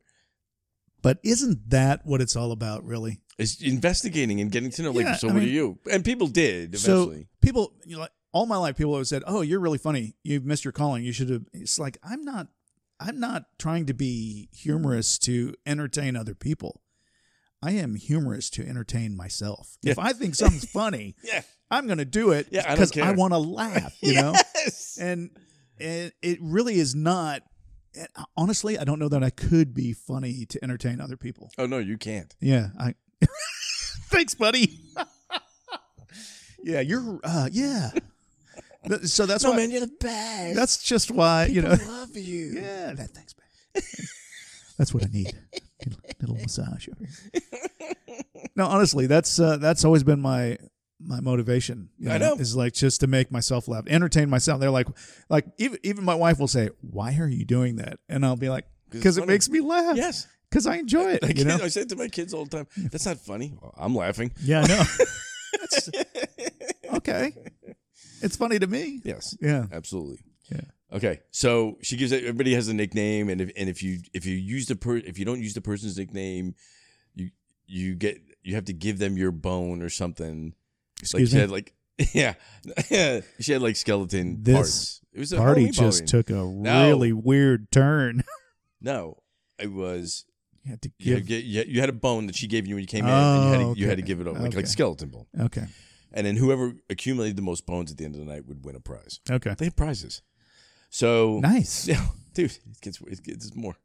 S1: But isn't that what it's all about, really?
S2: is investigating and getting to know. Like,
S1: Yeah,
S2: so
S1: I
S2: what
S1: mean-
S2: are you? And people did eventually.
S1: So people, you know, like, all my life, people have said, "Oh, you're really funny. You've missed your calling. You should have." It's like I'm not. I'm not trying to be humorous to entertain other people. I am humorous to entertain myself. If I think something's funny,
S2: yeah.
S1: I'm going to do it
S2: Yeah, I don't
S1: because I,
S2: care.
S1: want to laugh. You know,
S2: Yes.
S1: and and it really is not. and Honestly, I don't know that I could be funny to entertain other people.
S2: Oh no, you can't.
S1: Yeah, I. Thanks, buddy. yeah, you're. Uh, yeah. Th- So that's
S2: No
S1: why.
S2: man, you're the best.
S1: That's just why you know.
S2: I love you.
S1: Yeah, that, thanks, man. that's what I need. Little, little massage over here. No, honestly, that's uh, that's always been my my motivation. you
S2: I know.
S1: is like just to make myself laugh, entertain myself. They're like, like even even my wife will say, "Why are you doing that?" And I'll be like,
S2: it's
S1: "Because it
S2: funny."
S1: makes me laugh.
S2: Yes.
S1: because I enjoy it."
S2: I,
S1: you know?
S2: I say it to my kids all the time. That's not funny. Well, I'm laughing.
S1: Yeah, I know. That's- okay. It's funny to me.
S2: Yes.
S1: Yeah.
S2: Absolutely.
S1: Yeah.
S2: Okay. So she gives e, everybody has a nickname, and if and if you if you use the per if you don't use the person's nickname, you you get you have to give them your bone or something. like
S1: Excuse
S2: she
S1: me?
S2: had like yeah yeah she had like skeleton
S1: This
S2: parts. It was a
S1: Party
S2: Halloween
S1: just
S2: Halloween.
S1: took a really weird turn.
S2: no. It was
S1: you had to
S2: you,
S1: give.
S2: had, you had- you had a bone that she gave you when you came in, and
S1: Oh,
S2: you had to, you had to
S1: okay.
S2: give it up like
S1: Okay.
S2: like skeleton bone.
S1: Okay.
S2: And then whoever accumulated the most bones at the end of the night would win a prize.
S1: Okay.
S2: They had prizes. So
S1: Nice.
S2: yeah, dude, it gets it gets more.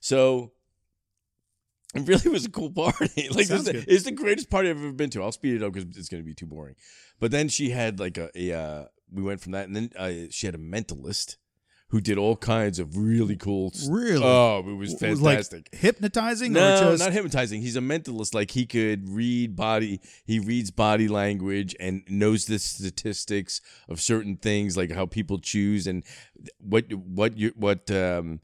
S2: So it really was a cool party. like this,
S1: Sounds
S2: is-
S1: good.
S2: it's the greatest party I've ever been to. I'll speed it up because it's going to be too boring. But then she had like a, a uh, we went from that, and then uh, she had a mentalist who did all kinds of really cool. s-
S1: Really?
S2: Oh, it was
S1: It was like
S2: fantastic.
S1: hypnotizing or
S2: No,
S1: just
S2: not hypnotizing. He's a mentalist. Like he could read body. He reads body language and knows the statistics of certain things, like how people choose and what what you what um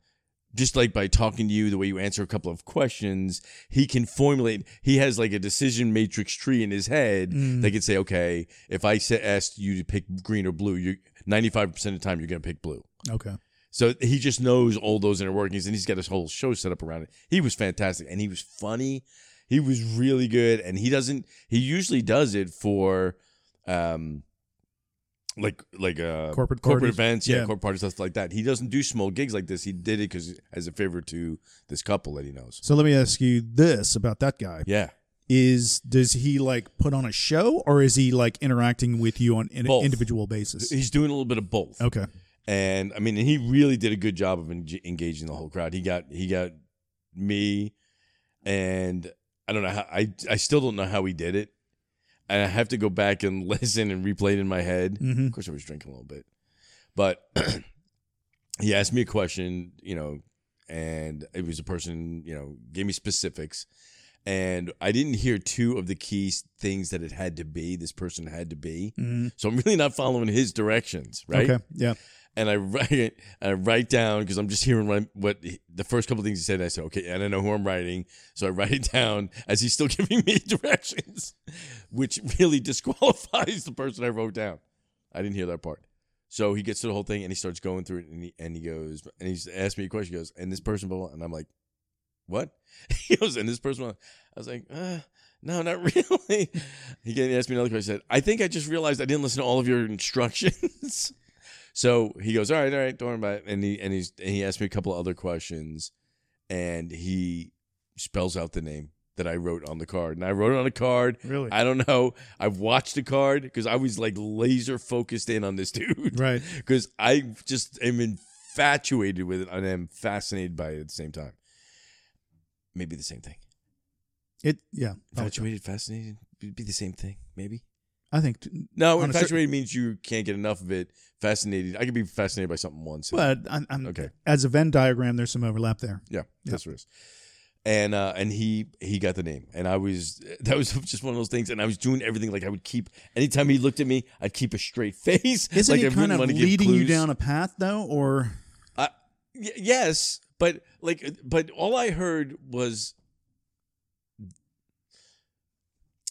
S2: just like by talking to you, the way you answer a couple of questions, he can formulate. He has like a decision matrix tree in his head.
S1: Mm.
S2: They could say, okay, if I sa- asked you to pick green or blue, you ninety five percent of the time you're going to pick blue.
S1: okay.
S2: So he just knows all those inner workings, and he's got his whole show set up around it. He was fantastic, and he was funny. He was really good, and he doesn't. He usually does it for, um, like like uh
S1: Corporate
S2: corporate
S1: parties.
S2: events, yeah,
S1: Yeah.
S2: corporate parties, stuff like that. He doesn't do small gigs like this. He did it because as a favor to this couple that he knows.
S1: So let me ask you this about that guy:
S2: Yeah,
S1: is does he like put on a show, or is he like interacting with you on an
S2: Both.
S1: individual basis?
S2: he's doing a little bit of both.
S1: Okay.
S2: and I mean, he really did a good job of en- engaging the whole crowd. He got he got me, and I don't know how I I still don't know how he did it. And I have to go back and listen and replay it in my head.
S1: hmm
S2: Of course, I was drinking a little bit, but he asked me a question, you know, and it was a person, you know, gave me specifics, and I didn't hear two of the key s- things that it had to be. This person had to be,
S1: hmm
S2: so I'm really not following his directions, right?
S1: Okay. Yeah.
S2: and I write it, and I write down because I'm just hearing what, what he- the first couple things he said. And I said, okay, I don't know who I'm writing, so I write it down as he's still giving me directions, which really disqualifies the person I wrote down. I didn't hear that part. So he gets to the whole thing and he starts going through it and he, and he goes and he's asked me a question. He goes, and this person, blah, blah," and I'm like, what? He goes, and this person, blah, blah." I was like, uh, no, not really. He again asked me another question. I said, I think I just realized I didn't listen to all of your instructions. So he goes, all right, all right, don't worry about it. And he and he's and he asked me a couple of other questions, and he spells out the name that I wrote on the card. And I wrote it on a card.
S1: Really.
S2: I don't know. I've watched the card because I was like laser focused in on this dude
S1: right.
S2: because I just am infatuated with it and am fascinated by it at the same time. Maybe the same thing.
S1: It. Yeah.
S2: Infatuated, fascinated, would be the same thing. Maybe.
S1: I think, t-
S2: No,
S1: On a
S2: infatuated means you can't get enough of it. Fascinated. I could be fascinated by something once.
S1: but I'm, I'm-
S2: Okay.
S1: as a Venn diagram, there's some overlap there.
S2: Yeah, that's what it is. And uh, and he he got the name, and I was that was just one of those things. And I was doing everything like I would keep. Anytime he looked at me, I'd keep a straight face.
S1: Isn't
S2: like
S1: he
S2: I
S1: kind
S2: wouldn't
S1: of
S2: wanna give
S1: leading you
S2: clues.
S1: down a path though, or
S2: I- y- yes, but like, but all I heard was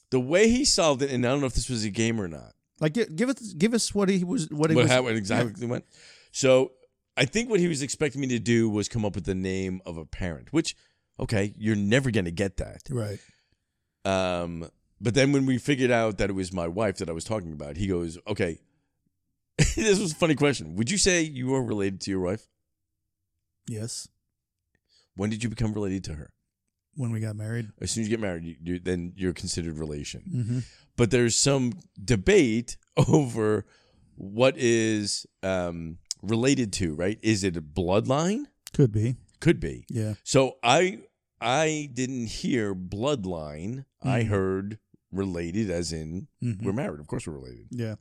S2: the way he solved it, and I don't know if this was a game or not.
S1: like gi- give us give us what he was what he
S2: What
S1: was
S2: how it exactly went? So I think what he was expecting me to do was come up with the name of a parent, which okay, you're never going to get that.
S1: right.
S2: Um, but then when we figured out that it was my wife that I was talking about, he goes, "Okay, this was a funny question. Would you say you are related to your wife?
S1: Yes,
S2: When did you become related to her?
S1: when we got married.
S2: As soon as you get married, you, you, then you're considered relation.
S1: Mm-hmm.
S2: But there's some debate over what is um, related to, right? Is it a bloodline?
S1: Could be.
S2: Could be.
S1: Yeah.
S2: So I I didn't hear bloodline. I
S1: Mhm.
S2: heard related, as in
S1: Mhm.
S2: we're married. Of course, we're related.
S1: Yeah.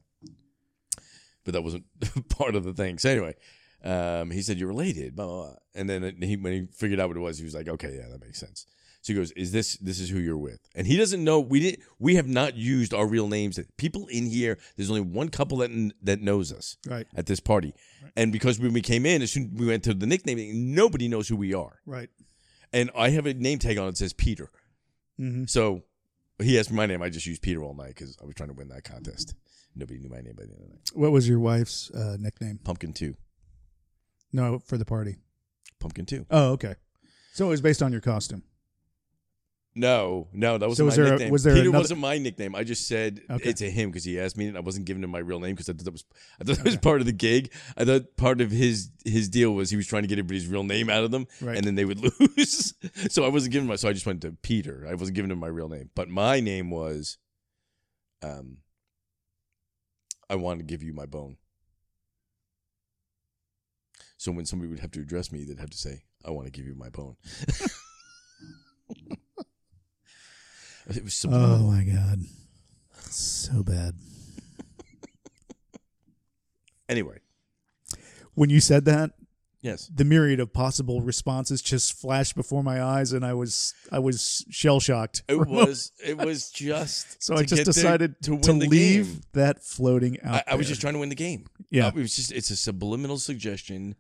S2: but that wasn't part of the thing. So anyway, um, he said you're related, blah, blah, blah. and then it- he when he figured out what it was, he was like, okay, yeah, that makes sense. So he goes, is this this is who you're with? And he doesn't know we didn't we have not used our real names. People in here, there's only one couple that that knows us
S1: Right.
S2: at this party, and because when we came in, as soon as we went to the nickname, thing, nobody knows who we are.
S1: Right.
S2: And I have a name tag on it that says Peter.
S1: Mm-hmm.
S2: So he asked me my name. I just used Peter all night because I was trying to win that contest. Nobody knew my name by the end of the night.
S1: What was your wife's uh, nickname?
S2: Pumpkin two,
S1: No, for the party.
S2: pumpkin two.
S1: Oh, okay. So it was based on your costume.
S2: No, no, that
S1: So
S2: wasn't
S1: was
S2: my
S1: there a-
S2: nickname.
S1: was there
S2: Peter
S1: another-
S2: wasn't my nickname. I just said
S1: Okay.
S2: it to him because he asked me, and I wasn't giving him my real name because I thought that was I thought that was part of the gig. I thought part of his his deal was he was trying to get everybody's real name out of them,
S1: Right.
S2: and then they would lose. so I wasn't giving my. So I just went to Peter. I wasn't giving him my real name, but my name was, um, I wanted to give you my bone. So when somebody would have to address me, they'd have to say, "I want to give you my bone." it was subliminal.
S1: Oh my god, so bad.
S2: Anyway,
S1: When you said that,
S2: yes.
S1: the myriad of possible responses just flashed before my eyes, and I was I was shell shocked.
S2: It was it was just
S1: So
S2: to
S1: I just
S2: get there-
S1: decided
S2: to,
S1: to,
S2: win the
S1: leave
S2: game.
S1: that floating out.
S2: I, I was
S1: there.
S2: just trying to win the game.
S1: Yeah.
S2: Uh, it was just it's a subliminal suggestion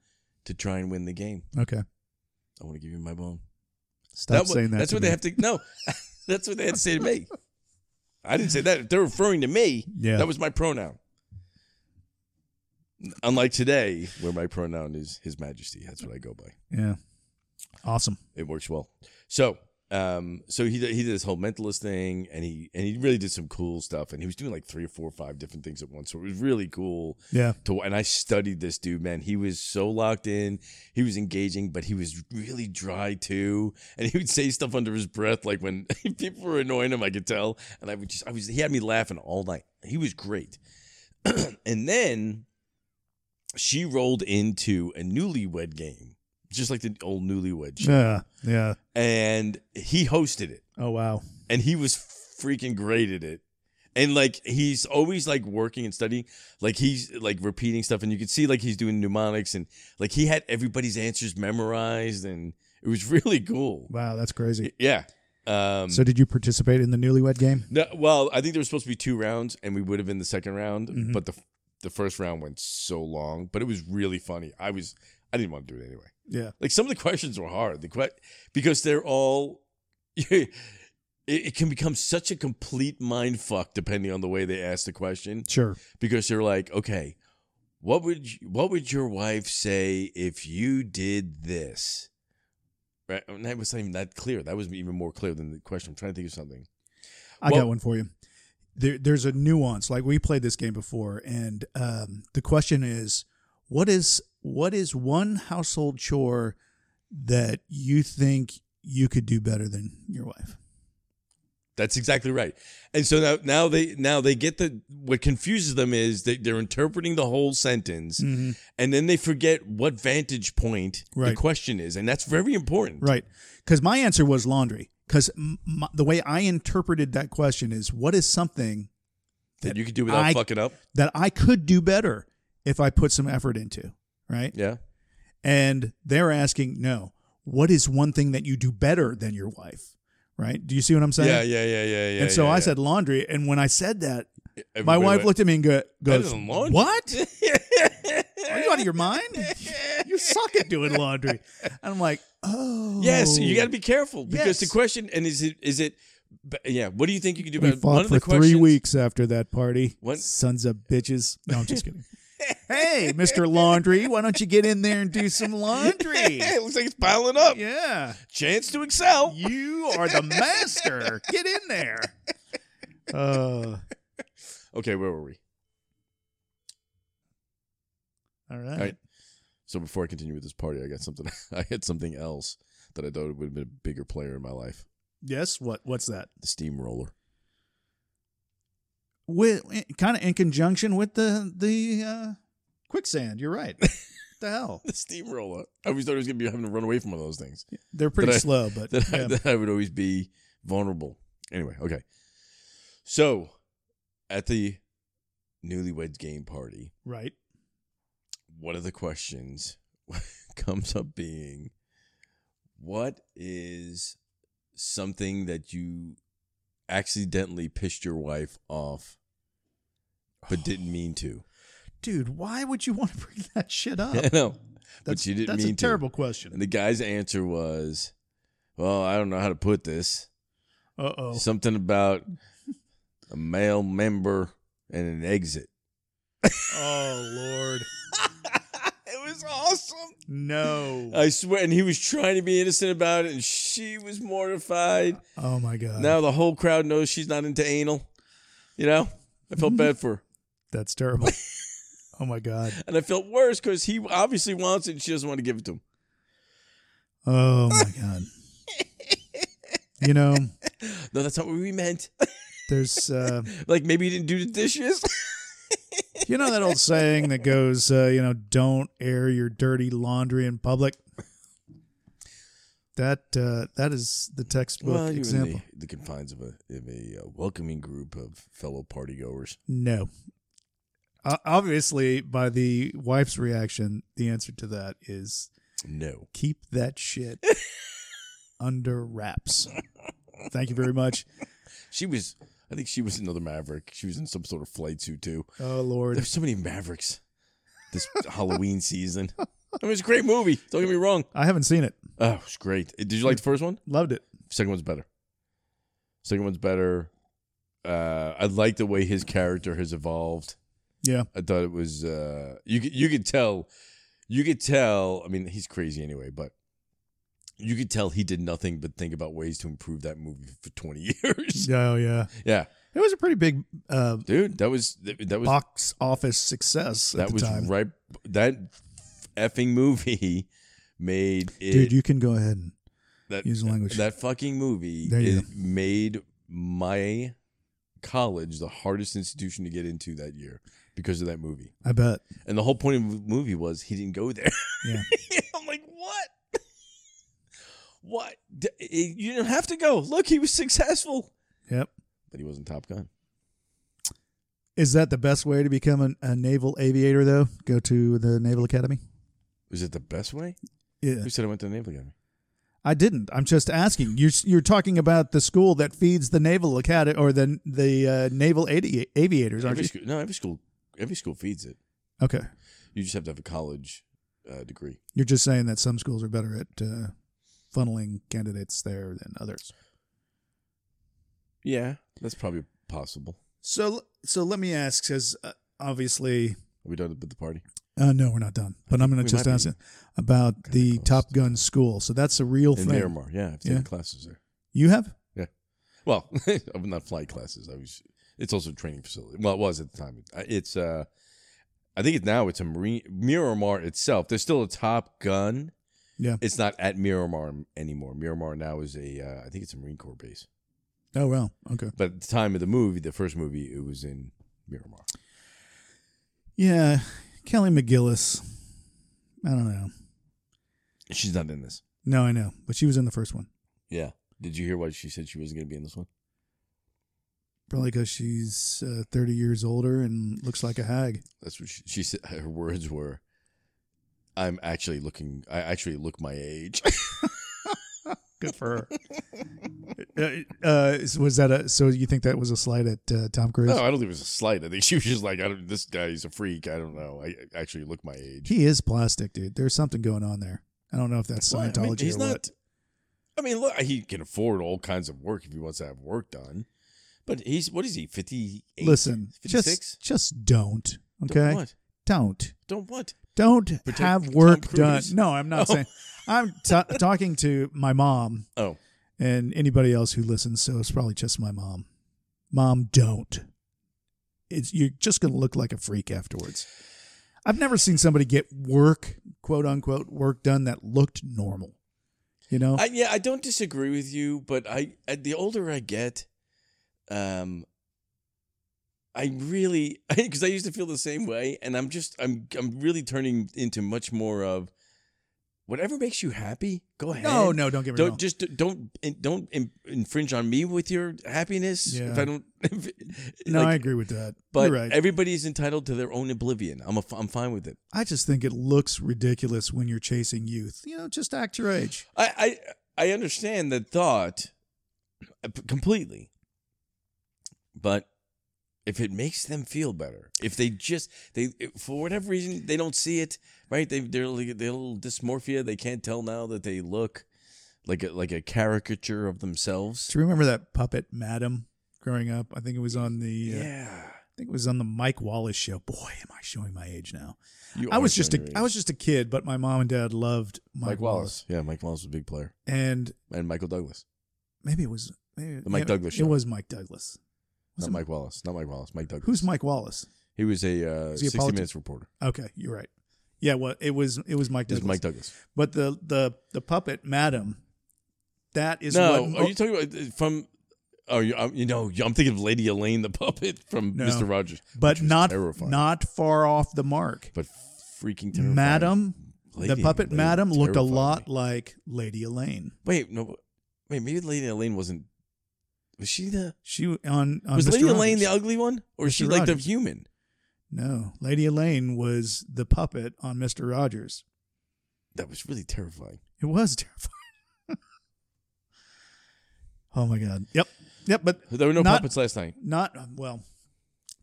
S2: to try and win the game.
S1: okay.
S2: I want to give you my bone.
S1: Stop
S2: wa-
S1: saying that.
S2: That's
S1: to
S2: what
S1: me.
S2: they have to no. that's what they had to say to me. I didn't say that. If they're referring to me,
S1: Yeah.
S2: that was my pronoun. Unlike today, where my pronoun is His Majesty. That's what I go by.
S1: Yeah. Awesome.
S2: it works well. So, um, so he did, he did this whole mentalist thing, and he and he really did some cool stuff, and he was doing like three or four or five different things at once. So it was really cool
S1: Yeah.
S2: to. And I studied this dude, man. He was so locked in. He was engaging, but he was really dry too. And he would say stuff under his breath, like when people were annoying him, I could tell. And I would just, I was, he had me laughing all night. He was great. and then she rolled into a newlywed game, just like the old newlywed. show
S1: Yeah. Yeah.
S2: and he hosted it
S1: Oh wow.
S2: and he was freaking great at it and like he's always like working and studying like he's like repeating stuff and you could see like he's doing mnemonics and like he had everybody's answers memorized and it was really cool
S1: Wow. That's crazy.
S2: yeah um
S1: So did you participate in the newlywed game?
S2: no, well i think there was supposed to be two rounds and we would have in the second round
S1: Mhm.
S2: but the the first round went so long but it was really funny i was i didn't want to do it anyway
S1: Yeah.
S2: like some of the questions were hard. The que- because they're all it, it can become such a complete mind fuck depending on the way they ask the question.
S1: Sure.
S2: Because they're like, okay, what would you, what would your wife say if you did this? Right, and that was not even that clear. That was even more clear than the question. I'm trying to think of something.
S1: I
S2: Well-
S1: got one for you. There, there's a nuance. Like we played this game before, and um, the question is, what is what is one household chore that you think you could do better than your wife?
S2: That's exactly right. And so now, now they now they get the what confuses them is that they're interpreting the whole
S1: Mm.
S2: sentence, and then they forget what vantage point the
S1: Right.
S2: question is, and that's very important.
S1: Right. Because my answer was laundry. Because m- my- the way I interpreted that question is, what is something
S2: that you could do without
S1: I-
S2: fucking up.
S1: that I could do better if I put some effort into, right?
S2: Yeah.
S1: And they're asking, no, what is one thing that you do better than your wife, right? Do you see what I'm saying?
S2: yeah, yeah, yeah, yeah, yeah.
S1: and so
S2: yeah,
S1: I
S2: yeah.
S1: said laundry, and when I said that, my
S2: Everybody
S1: wife
S2: went,
S1: looked at me and go,
S2: "That
S1: goes,
S2: isn't laundry."
S1: "What? Are you out of your mind? you suck at doing laundry." And I'm like, "Oh,
S2: Yes, you got to be careful because the
S1: Yes.
S2: question and is it is it b- yeah? What do you think you can do?
S1: We
S2: about one
S1: fought
S2: of
S1: for
S2: the
S1: three
S2: questions-
S1: weeks after that party.
S2: What?
S1: Sons of bitches. No, I'm just kidding. hey, Mr. Laundry, why don't you get in there and do some laundry?
S2: it looks like it's piling up.
S1: Yeah.
S2: Chance to excel.
S1: You are the master. Get in there. Uh,
S2: Okay, where were we?
S1: all
S2: All
S1: right.
S2: right. So before I continue with this party, I got something. I had something else that I thought would have been a bigger player in my life:
S1: Yes. What? What's that?
S2: the steamroller.
S1: With kind of in conjunction with the the uh, quicksand. You're right. What the hell?
S2: The steamroller. I always thought I was going to be having to run away from one of those things.
S1: They're pretty
S2: That I-
S1: slow, but
S2: that, I,
S1: yeah.
S2: that I would always be vulnerable. Anyway, okay. So at the newlyweds game party,
S1: right.
S2: one of the questions comes up being what is something that you accidentally pissed your wife off but didn't mean to?
S1: Dude, why would you want to bring that shit up?
S2: I know.
S1: That's,
S2: but you didn't
S1: that's
S2: mean
S1: a
S2: to.
S1: terrible question.
S2: And the guy's answer was, well, I don't know how to put this.
S1: Uh oh.
S2: something about a male member and an exit.
S1: Oh Lord,
S2: it was awesome.
S1: no!
S2: I swear. And he was trying to be innocent about it, and she was mortified.
S1: oh my God,
S2: now the whole crowd knows she's not into anal. You know, I felt bad for her.
S1: that's terrible. oh my God,
S2: And I felt worse because he obviously wants it and she doesn't want to give it to him.
S1: oh my God. You know,
S2: No, that's not what we meant.
S1: there's uh,
S2: like maybe he didn't do the dishes.
S1: you know that old saying that goes, uh, you know, don't air your dirty laundry in public. That uh, that is the textbook
S2: well, you were in
S1: example.
S2: the, the confines of a, of a uh, welcoming group of fellow partygoers.
S1: No. Uh, obviously, by the wife's reaction, the answer to that is
S2: No.
S1: keep that shit under wraps. Thank you very much.
S2: She was, I think she was another Maverick. She was in some sort of flight suit too.
S1: Oh Lord.
S2: There's so many Mavericks this Halloween season. I mean, it's a great movie. Don't get me wrong.
S1: I haven't seen it.
S2: Oh, it's great. Did you like the first one?
S1: Loved it.
S2: Second one's better. Second one's better. Uh, I like the way his character has evolved.
S1: Yeah.
S2: I thought it was uh, you. could- You could tell. You could tell. I mean, he's crazy anyway, but you could tell he did nothing but think about ways to improve that movie for 20 years.
S1: Oh yeah.
S2: yeah,
S1: It was a pretty big uh,
S2: dude, that was that was
S1: box office success at
S2: that
S1: the
S2: was
S1: time.
S2: right. That effing movie made it.
S1: Dude, you can go ahead and
S2: that,
S1: use the language.
S2: that fucking movie
S1: There you
S2: it made my college the hardest institution to get into that year because of that movie.
S1: I bet.
S2: And the whole point of the movie was he didn't go there.
S1: Yeah.
S2: I'm like, what? what? D- it- You didn't have to go. Look, he was successful.
S1: Yep.
S2: But he wasn't Top Gun.
S1: Is that the best way to become an, a naval aviator though? Go to the Naval Academy?
S2: Is it the best way?
S1: Yeah.
S2: Who said I went to the Naval Academy?
S1: I didn't. I'm just asking. You're you're talking about the school that feeds the Naval Academy or the the uh, Naval avi- aviators, aren't
S2: Every
S1: you?
S2: school, no, every school, every school feeds it.
S1: Okay.
S2: You just have to have a college uh, degree.
S1: You're just saying that some schools are better at uh, funneling candidates there than others.
S2: Yeah, that's probably possible.
S1: So, so let me ask, because uh, obviously,
S2: Are we done with the party?
S1: uh, no, we're not done, but I'm going
S2: we
S1: to just
S2: might
S1: ask
S2: be
S1: it about
S2: kinda
S1: the
S2: close
S1: Top
S2: to
S1: Gun school. So that's a real
S2: In
S1: thing.
S2: Miramar, yeah, I've taken
S1: Yeah.
S2: classes there.
S1: You have?
S2: Well, I'm not flight classes. I was. It's also a training facility. Well, it was at the time. Uh, It's. uh I think it now it's a Marine Miramar itself. There's still a Top Gun.
S1: Yeah.
S2: It's not at Miramar m- anymore. Miramar now is a. Uh, I think it's a Marine Corps base.
S1: Oh well, okay.
S2: But at the time of the movie, the first movie, it was in Miramar.
S1: Yeah, Kelly McGillis. I don't know.
S2: She's not in this.
S1: No, I know, but she was in the first one.
S2: Yeah. Did you hear what she said? She wasn't going to be in this one.
S1: Probably because she's uh, 30 years older and looks like a hag.
S2: That's what she, she said. Her words were, "I'm actually looking. I actually look my age."
S1: Good for her. uh, uh, so was that a? So you think that was a slight at uh, Tom Cruise?
S2: no, I don't think it was a slight. I think she was just like, "I don't. This guy's a freak. I don't know. I I actually look my age."
S1: He is plastic, dude. There's something going on there. I don't know if that's
S2: Well, I mean,
S1: Scientology
S2: he's
S1: or
S2: not.
S1: what.
S2: I mean, look, he can afford all kinds of work if he wants to have work done. But he's what is he? Fifty eight.
S1: Listen,
S2: 56?
S1: just just don't. Okay,
S2: Don't what?
S1: don't
S2: Don't what?
S1: don't,
S2: Protect
S1: have
S2: Tom
S1: work done.
S2: Cruise?
S1: No, I'm not
S2: Oh.
S1: saying. I'm ta talking to my mom
S2: Oh,
S1: and anybody else who listens. So it's probably just my mom. Mom, don't. It's you're just gonna look like a freak afterwards. I've never seen somebody get work, quote unquote, work done that looked normal. You know,
S2: I, yeah, I don't disagree with you, but I, I the older I get, um, I really because I used to feel the same way, and I'm just I'm I'm really turning into much more of whatever makes you happy. Go ahead.
S1: no, no, don't get me
S2: Don't
S1: wrong.
S2: just don't don't in- infringe on me with your happiness. If
S1: Yeah.
S2: I don't, if,
S1: no,
S2: like,
S1: I agree with that.
S2: But
S1: You're right.
S2: everybody's entitled to their own oblivion. I'm a, I'm fine with it.
S1: I just think it looks ridiculous when you're chasing youth. You know, just act your age.
S2: I I, I understand that thought uh, completely, but if it makes them feel better, if they just they for whatever reason they don't see it right, they they're like they're a little dysmorphia. They can't tell now that they look like a, like a caricature of themselves.
S1: Do you remember that puppet Madam growing up? I think it was on the uh, I
S2: Yeah,
S1: think it was on the Mike Wallace show. Boy, am I showing my age now.
S2: You
S1: I
S2: are
S1: was just a
S2: generating-
S1: I was just a kid, but my mom and dad loved Mike,
S2: Mike Wallace. Yeah, Mike Wallace was a big player,
S1: And
S2: and Michael Douglas,
S1: maybe it was maybe
S2: The Mike
S1: yeah,
S2: Douglas
S1: It
S2: Show.
S1: was Mike Douglas. Was
S2: not
S1: it-
S2: Mike Wallace, not Mike Wallace, Mike Douglas.
S1: Who's Mike Wallace?
S2: He was a uh,
S1: Is he a
S2: sixty
S1: politi-
S2: minutes reporter.
S1: Okay, you're right. Yeah, well, it was it was Mike
S2: This
S1: Douglas.
S2: is Mike Douglas.
S1: but the the the puppet Madam, that is
S2: no,
S1: what,
S2: are you talking about uh, from? Oh, you, um, you know, I'm thinking of Lady Elaine the puppet from
S1: No.
S2: Mister Rogers,
S1: but
S2: which was
S1: not
S2: terrifying,
S1: not far off the mark.
S2: but freaking terrifying.
S1: Madam, the
S2: Lady
S1: puppet
S2: Elaine
S1: Madam looked a
S2: terrified
S1: lot
S2: me.
S1: like Lady Elaine.
S2: Wait, no, wait. Maybe Lady Elaine wasn't. Was she the?
S1: She w- on, on
S2: Was
S1: Mr.
S2: Lady Elaine the
S1: Uh, Rogers.
S2: ugly one, or is
S1: Mr.
S2: she like the
S1: Rogers.
S2: human?
S1: No, Lady Elaine was the puppet on Mister Rogers.
S2: That was really terrifying.
S1: It was terrifying. oh my god. Yep. Yep. But
S2: There were no
S1: Not-
S2: puppets last night.
S1: not well.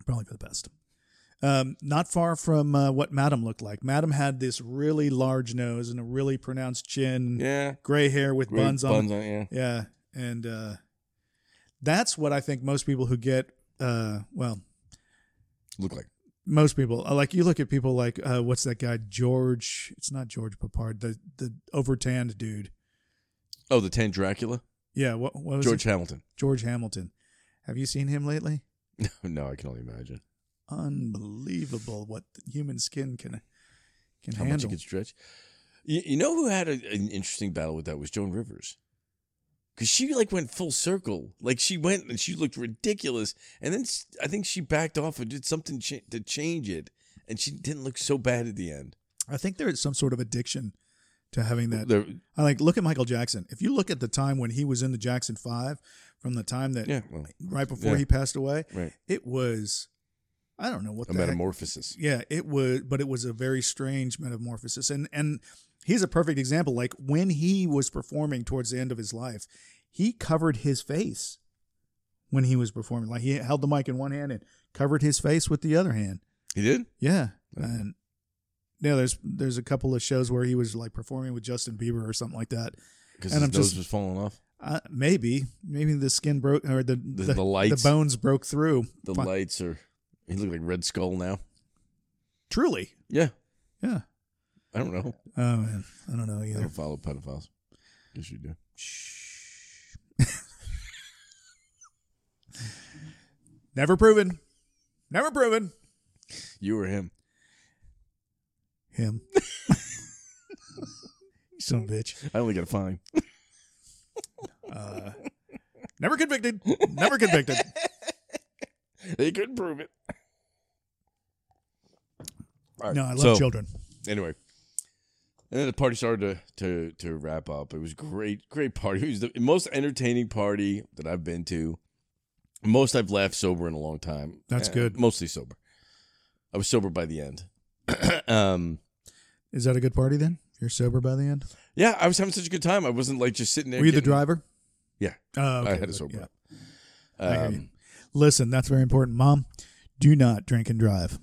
S1: Probably for the best. Um, not far from uh, what Madam looked like. Madam had this really large nose and a really pronounced chin,
S2: Yeah,
S1: gray hair with
S2: great
S1: buns on
S2: buns on. Yeah,
S1: Yeah, and uh, that's what I think most people who get uh, well,
S2: look like.
S1: most people uh, like you look at people like uh, what's that guy George? It's not George Papard, the the overtanned dude.
S2: Oh, the Ten Dracula,
S1: Yeah, what, what was George
S2: George Hamilton.
S1: George Hamilton? Have you seen him lately?
S2: no, I can only imagine
S1: Unbelievable what the human skin can can
S2: how much
S1: handle.
S2: it could stretch. You, you know who had a, an interesting battle with that was Joan Rivers, because she like went full circle. Like she went and she looked ridiculous, and then s- I think she backed off and did something cha- to change it, and she didn't look so bad at the end.
S1: I think there is some sort of addiction to having that
S2: The-
S1: I like look at Michael Jackson. If you look at the time when he was in the Jackson Five, from the time that
S2: yeah, well,
S1: right before
S2: Yeah.
S1: he passed away,
S2: right.
S1: it was I don't know what
S2: A
S1: the heck.
S2: metamorphosis.
S1: yeah it was, but it was a very strange metamorphosis, and and he's a perfect example. Like when he was performing towards the end of his life, he covered his face when he was performing. Like he held the mic in one hand and covered his face with the other hand.
S2: He did.
S1: Yeah.
S2: Okay.
S1: And yeah, there's there's a couple of shows where he was like performing with Justin Bieber or something like that.
S2: Because
S1: And
S2: his
S1: I'm
S2: nose
S1: just-
S2: was falling off.
S1: Uh, maybe maybe the skin broke or the
S2: The,
S1: the,
S2: the, lights.
S1: the bones broke through.
S2: the
S1: Fi-
S2: lights are. He looked like Red Skull now.
S1: Truly.
S2: Yeah,
S1: Yeah.
S2: I don't know.
S1: Oh man, I don't know
S2: I
S1: either.
S2: don't follow pedophiles. Yes, you do.
S1: Shh. Never proven. Never proven.
S2: You or him.
S1: Him. Some bitch.
S2: I only got a fine.
S1: Uh, never convicted. Never convicted.
S2: They couldn't prove it. All right,
S1: No, I love
S2: so,
S1: children.
S2: Anyway, and then the party started to, to to wrap up. It was great, great party. It was the most entertaining party that I've been to. Most I've laughed sober in a long time.
S1: That's
S2: Uh,
S1: good.
S2: Mostly sober. I was sober by the end. um,
S1: Is that a good party then? You're sober by the end.
S2: yeah, I was having such a good time. I wasn't like just sitting there.
S1: Were you the
S2: getting-
S1: driver?
S2: Yeah.
S1: Oh, okay,
S2: I had a
S1: but-
S2: sober.
S1: yeah.
S2: up.
S1: I hear you.
S2: Um,
S1: Listen, that's very important, Mom. Do not drink and drive.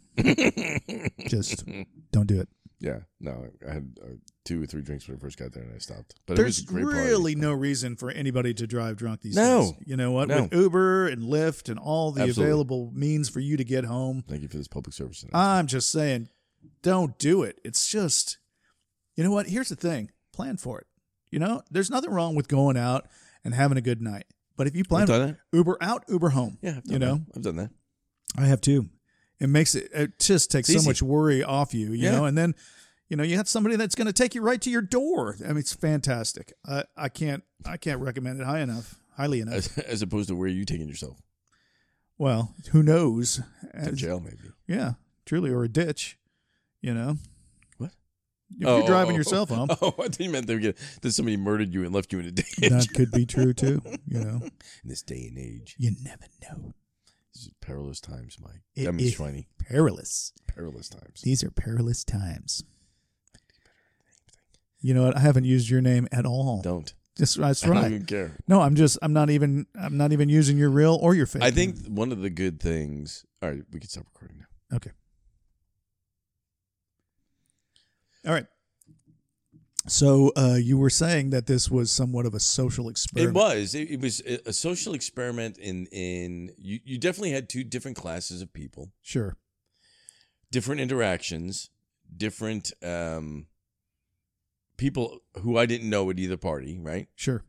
S1: Just don't do it.
S2: yeah, no, I had uh, two or three drinks when I first got there, and I stopped. But it was
S1: There's
S2: a great party.
S1: really no reason for anybody to drive drunk these
S2: No.
S1: days. You know what?
S2: No.
S1: With Uber and Lyft and all the
S2: Absolutely.
S1: available means for you to get home,
S2: Thank you for this public service. announcement.
S1: I'm just saying, don't do it. It's just, you know what? Here's the thing plan for it. You know, there's nothing wrong with going out and having a good night. But if you plan
S2: I've done that.
S1: Uber out, Uber home.
S2: Yeah, I've done
S1: you know,
S2: that. I've done that.
S1: I have too. It makes it it just takes
S2: It's
S1: so
S2: easy.
S1: much worry off you, you
S2: Yeah.
S1: know, and then you know you have somebody that's going to take you right to your door. I mean, it's fantastic. I I can't I can't recommend it high enough, highly enough.
S2: As, as opposed to where are you taking yourself
S1: Well, who knows?
S2: to
S1: As-
S2: jail, maybe.
S1: yeah, truly, or a ditch, you know.
S2: What?
S1: If you're driving yourself home,
S2: Oh, I think you meant they were gonna- that somebody murdered you and left you in a ditch.
S1: that could be true too. You know,
S2: in this day and age,
S1: you never know.
S2: these are perilous times, Mike.
S1: It
S2: I mean,
S1: is.
S2: Schweiny,
S1: Perilous.
S2: perilous times.
S1: These are perilous times. You know what? I haven't used your name at all.
S2: Don't.
S1: Just that's
S2: I
S1: right.
S2: don't even care.
S1: No, I'm just I'm not even I'm not even using your real or your fake.
S2: I think one of the good things. All right, we can stop recording now.
S1: Okay. All right. So uh, you were saying that this was somewhat of a social experiment.
S2: It was. It, it was a a social experiment. In in you, you definitely had two different classes of people,
S1: Sure.
S2: different interactions, different um, people who I didn't know at either party. Right.
S1: Sure.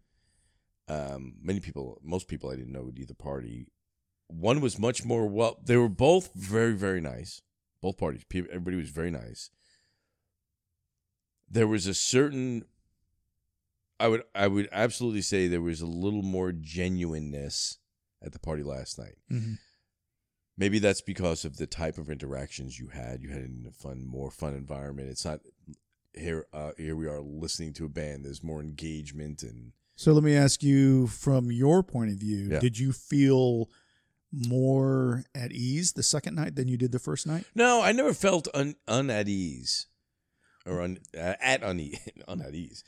S2: um, many people, most people I didn't know at either party. One was much more well. They were both very, very nice. Both parties, people, everybody was very nice. There was a certain, I would, I would absolutely say there was a little more genuineness at the party last night.
S1: Mhm.
S2: Maybe that's because of the type of interactions you had. You had it in a fun, more fun environment. It's not here. Uh, here we are listening to a band. There's more engagement and
S1: So let me ask you from your point of view,
S2: Yeah.
S1: did you feel more at ease the second night than you did the first night?
S2: No, I never felt un, un at ease or un, uh, at unease. un at ease.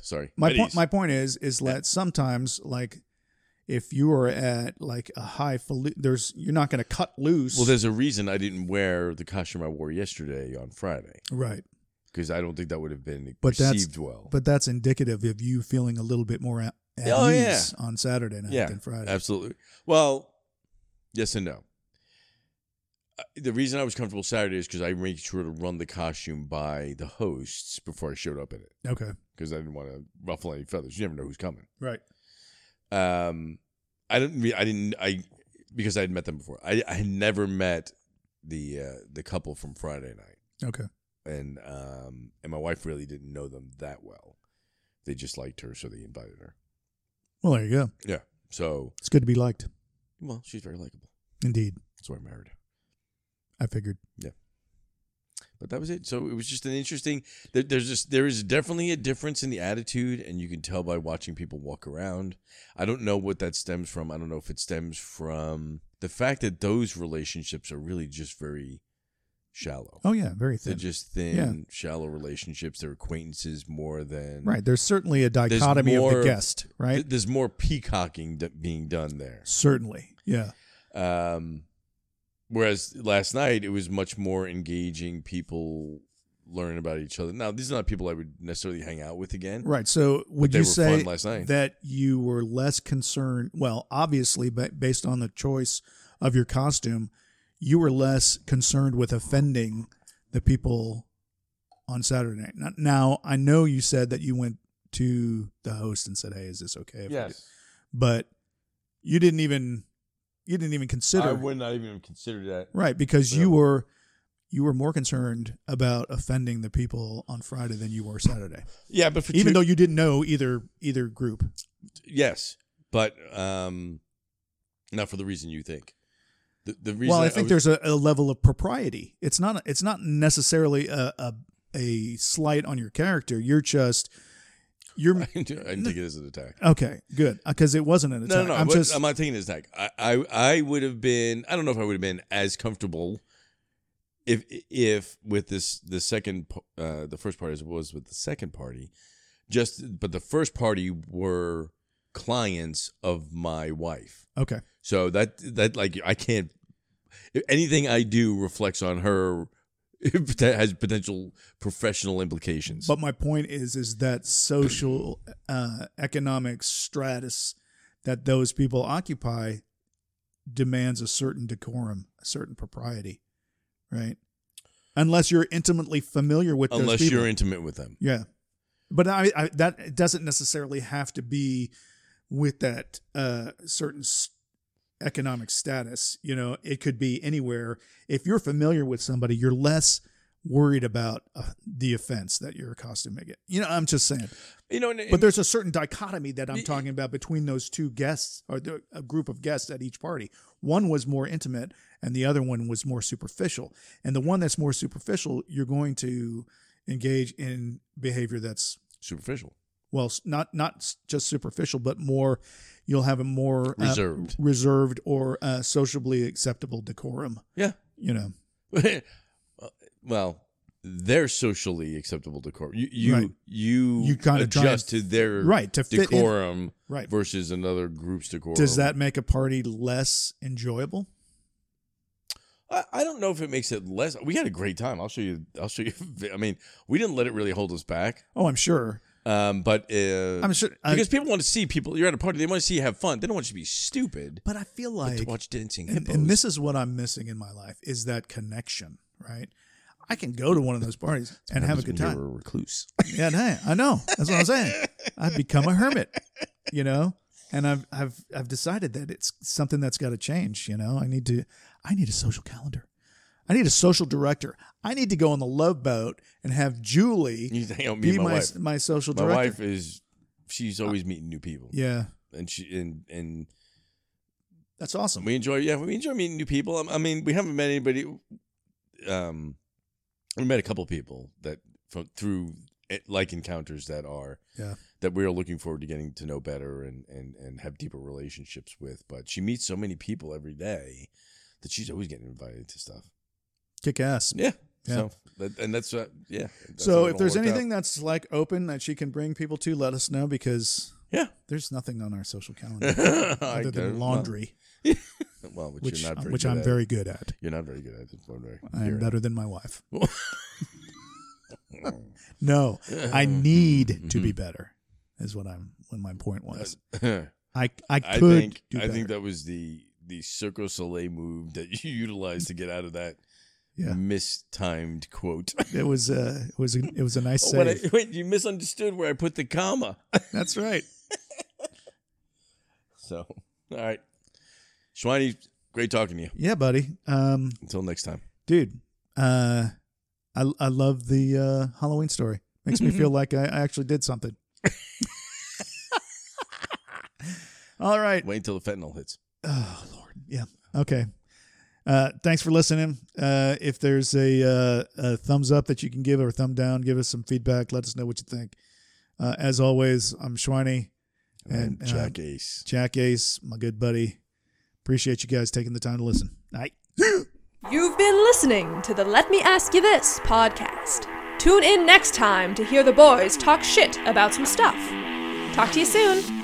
S2: Sorry.
S1: My
S2: at
S1: point
S2: ease.
S1: my point is is that sometimes like if you are at like a high there's you're not going to cut loose.
S2: well, there's a reason I didn't wear the costume I wore yesterday on Friday
S1: right.
S2: because I don't think that would have been
S1: But that's-
S2: perceived well.
S1: But that's indicative of you feeling a little bit more at, at
S2: Oh,
S1: ease on Saturday night
S2: Yeah,
S1: than Friday.
S2: Absolutely. Well, yes and no. Uh, The reason I was comfortable Saturday is because I made sure to run the costume by the hosts before I showed up in it
S1: Okay.
S2: because I didn't want to ruffle any feathers. You never know who's coming.
S1: Right.
S2: um i didn't re- i didn't i because i had met them before i i had never met the uh the couple from friday night
S1: Okay.
S2: and um and my wife really didn't know them that well they just liked her so they invited her
S1: Well, there you go.
S2: so
S1: It's good to be liked.
S2: well she's very likable
S1: Indeed.
S2: that's why i married her
S1: I figured.
S2: but that was it so it was just an interesting there, there's just there is definitely a difference in the attitude and you can tell by watching people walk around i don't know what that stems from i don't know if it stems from the fact that those relationships are really just very shallow
S1: Oh yeah, very
S2: They're
S1: thin.
S2: just thin, shallow relationships. They're acquaintances more than
S1: right. There's certainly a
S2: There's
S1: dichotomy of the
S2: more-
S1: guest, right?
S2: Th- There's more peacocking d- being done there.
S1: certainly. Yeah.
S2: Um, whereas last night it was much more engaging. People learning about each other. Now these are not people I would necessarily hang out with again.
S1: Right. So would
S2: They
S1: you
S2: were
S1: say
S2: fun last night.
S1: that you were less concerned? Well, obviously, ba- based on the choice of your costume, you were less concerned with offending the people on Saturday night. Now- Now, I know you said that you went to the host and said, "Hey, is this okay?" if I do-" But you didn't even you didn't even consider
S2: I would not even consider that.
S1: right because you
S2: Yeah.
S1: were you were more concerned about offending the people on Friday than you were Saturday,
S2: Yeah, but for
S1: even
S2: two-
S1: though you didn't know either either group.
S2: yes, but um, not for the reason you think. The, the reason
S1: Well, I
S2: I
S1: think
S2: was-
S1: there's a, a level of propriety. It's not it's not necessarily a, a a slight on your character. You're just You're
S2: I didn't take it as an attack.
S1: okay. Good, because it wasn't an
S2: No,
S1: attack.
S2: no, no.
S1: I'm
S2: but
S1: just
S2: I'm not taking his attack. I, I, I would have been. I don't know if I would have been as comfortable if, if with this the second, p- uh, the first party as it was with the second party. Just, but the first party were clients of my wife.
S1: okay.
S2: So that that like I can't. If anything I do reflects on her. It has potential professional implications.
S1: But my point is, is that social uh, economic stratus that those people occupy demands a certain decorum, a certain propriety, right? Unless you're intimately familiar with those
S2: unless
S1: people.
S2: you're intimate with them.
S1: Yeah, but I, I that it doesn't necessarily have to be with that uh, certain s- economic status. You know, it could be anywhere. If you're familiar with somebody, you're less worried about uh, the offense that you're costuming it. You know, I'm just saying.
S2: You know, and,
S1: But there's a certain dichotomy that I'm
S2: Y-
S1: talking about between those two guests or the, a group of guests at each party. One was more intimate and the other one was more superficial. And the one that's more superficial, you're going to engage in behavior that's
S2: superficial.
S1: well, s- not not s- just superficial, but more. You'll have a more uh,
S2: Reserved.
S1: reserved or uh, sociably acceptable decorum.
S2: Yeah.
S1: You know,
S2: well, they're socially acceptable decorum. You you
S1: Right.
S2: you,
S1: You kinda try
S2: adjust to their
S1: right to fit in.
S2: decorum
S1: Right.
S2: versus another group's decorum.
S1: Does that make a party less enjoyable?
S2: I, I don't know if it makes it less. We had a great time. I'll show you. I'll show you. I mean, we didn't let it really hold us back.
S1: Oh, I'm sure.
S2: Um, but uh,
S1: I'm sure. I-
S2: because people want to see people. You're at a party. They want to see you have fun. They don't want you to be stupid.
S1: but I feel
S2: But
S1: like
S2: to watch dancing
S1: and,
S2: hippos.
S1: and this is what I'm missing in my life is that connection, right? I can go to one of those parties and have a good
S2: When you
S1: time.
S2: were a recluse.
S1: Yeah, no, I know. That's what I'm saying. I've become a hermit, you know, and I've I've I've decided that it's something that's got to change. You know, I need to I need a social calendar. I need a social director. I need to go on the love boat and have Julie
S2: You hang out with me
S1: be
S2: and my,
S1: my
S2: wife.
S1: my social
S2: My
S1: director.
S2: wife is. She's always meeting new people.
S1: Yeah,
S2: and she and and
S1: that's awesome.
S2: we enjoy yeah we enjoy meeting new people. I, I mean we haven't met anybody. Um, we met a couple people that from through eh, like encounters that are
S1: Yeah.
S2: that we are looking forward to getting to know better and and and have deeper relationships with. But she meets so many people every day that she's always getting invited to stuff.
S1: Kick ass.
S2: Yeah.
S1: Yeah.
S2: So that, and that's uh, yeah. that's how
S1: so
S2: it
S1: if
S2: all
S1: there's
S2: worked out.
S1: anything that's like open that she can bring people to, let us know because
S2: Yeah.
S1: there's nothing on our social calendar
S2: I
S1: other
S2: don't
S1: than
S2: know.
S1: laundry,
S2: well, which,
S1: which
S2: you're not
S1: um,
S2: very
S1: which
S2: good
S1: I'm
S2: at.
S1: very good at.
S2: You're not very good at this one, right?
S1: I'm
S2: You're-
S1: better than my wife. No, I
S2: Mm-hmm.
S1: need to be better. Is what I'm. When my point was, I I
S2: I
S1: could
S2: think
S1: do
S2: I
S1: better.
S2: think that was the the Cirque du Soleil move that you utilized to get out of that
S1: Yeah.
S2: mistimed quote.
S1: it was uh it was a, it was a nice
S2: Oh,
S1: save.
S2: when I, wait, you misunderstood where I put the comma.
S1: That's right.
S2: So, all right, Schweiny, great talking to you.
S1: Yeah, buddy. Um,
S2: Until next time.
S1: dude. Uh, I I love the uh, Halloween story. Makes me feel like I, I actually did something. All right.
S2: Wait until the fentanyl hits.
S1: Oh Lord, yeah. Okay. Uh, thanks for listening. Uh, if there's a, uh, a thumbs up that you can give or a thumb down, give us some feedback. Let us know what you think. Uh, as always, I'm Schweiny, And,
S2: And,
S1: uh,
S2: Jack Ace.
S1: Jack Ace, my good buddy. Appreciate you guys taking the time to listen. Night.
S3: You've been listening to the Let Me Ask You This podcast. Tune in next time to hear the boys talk shit about some stuff. Talk to you soon.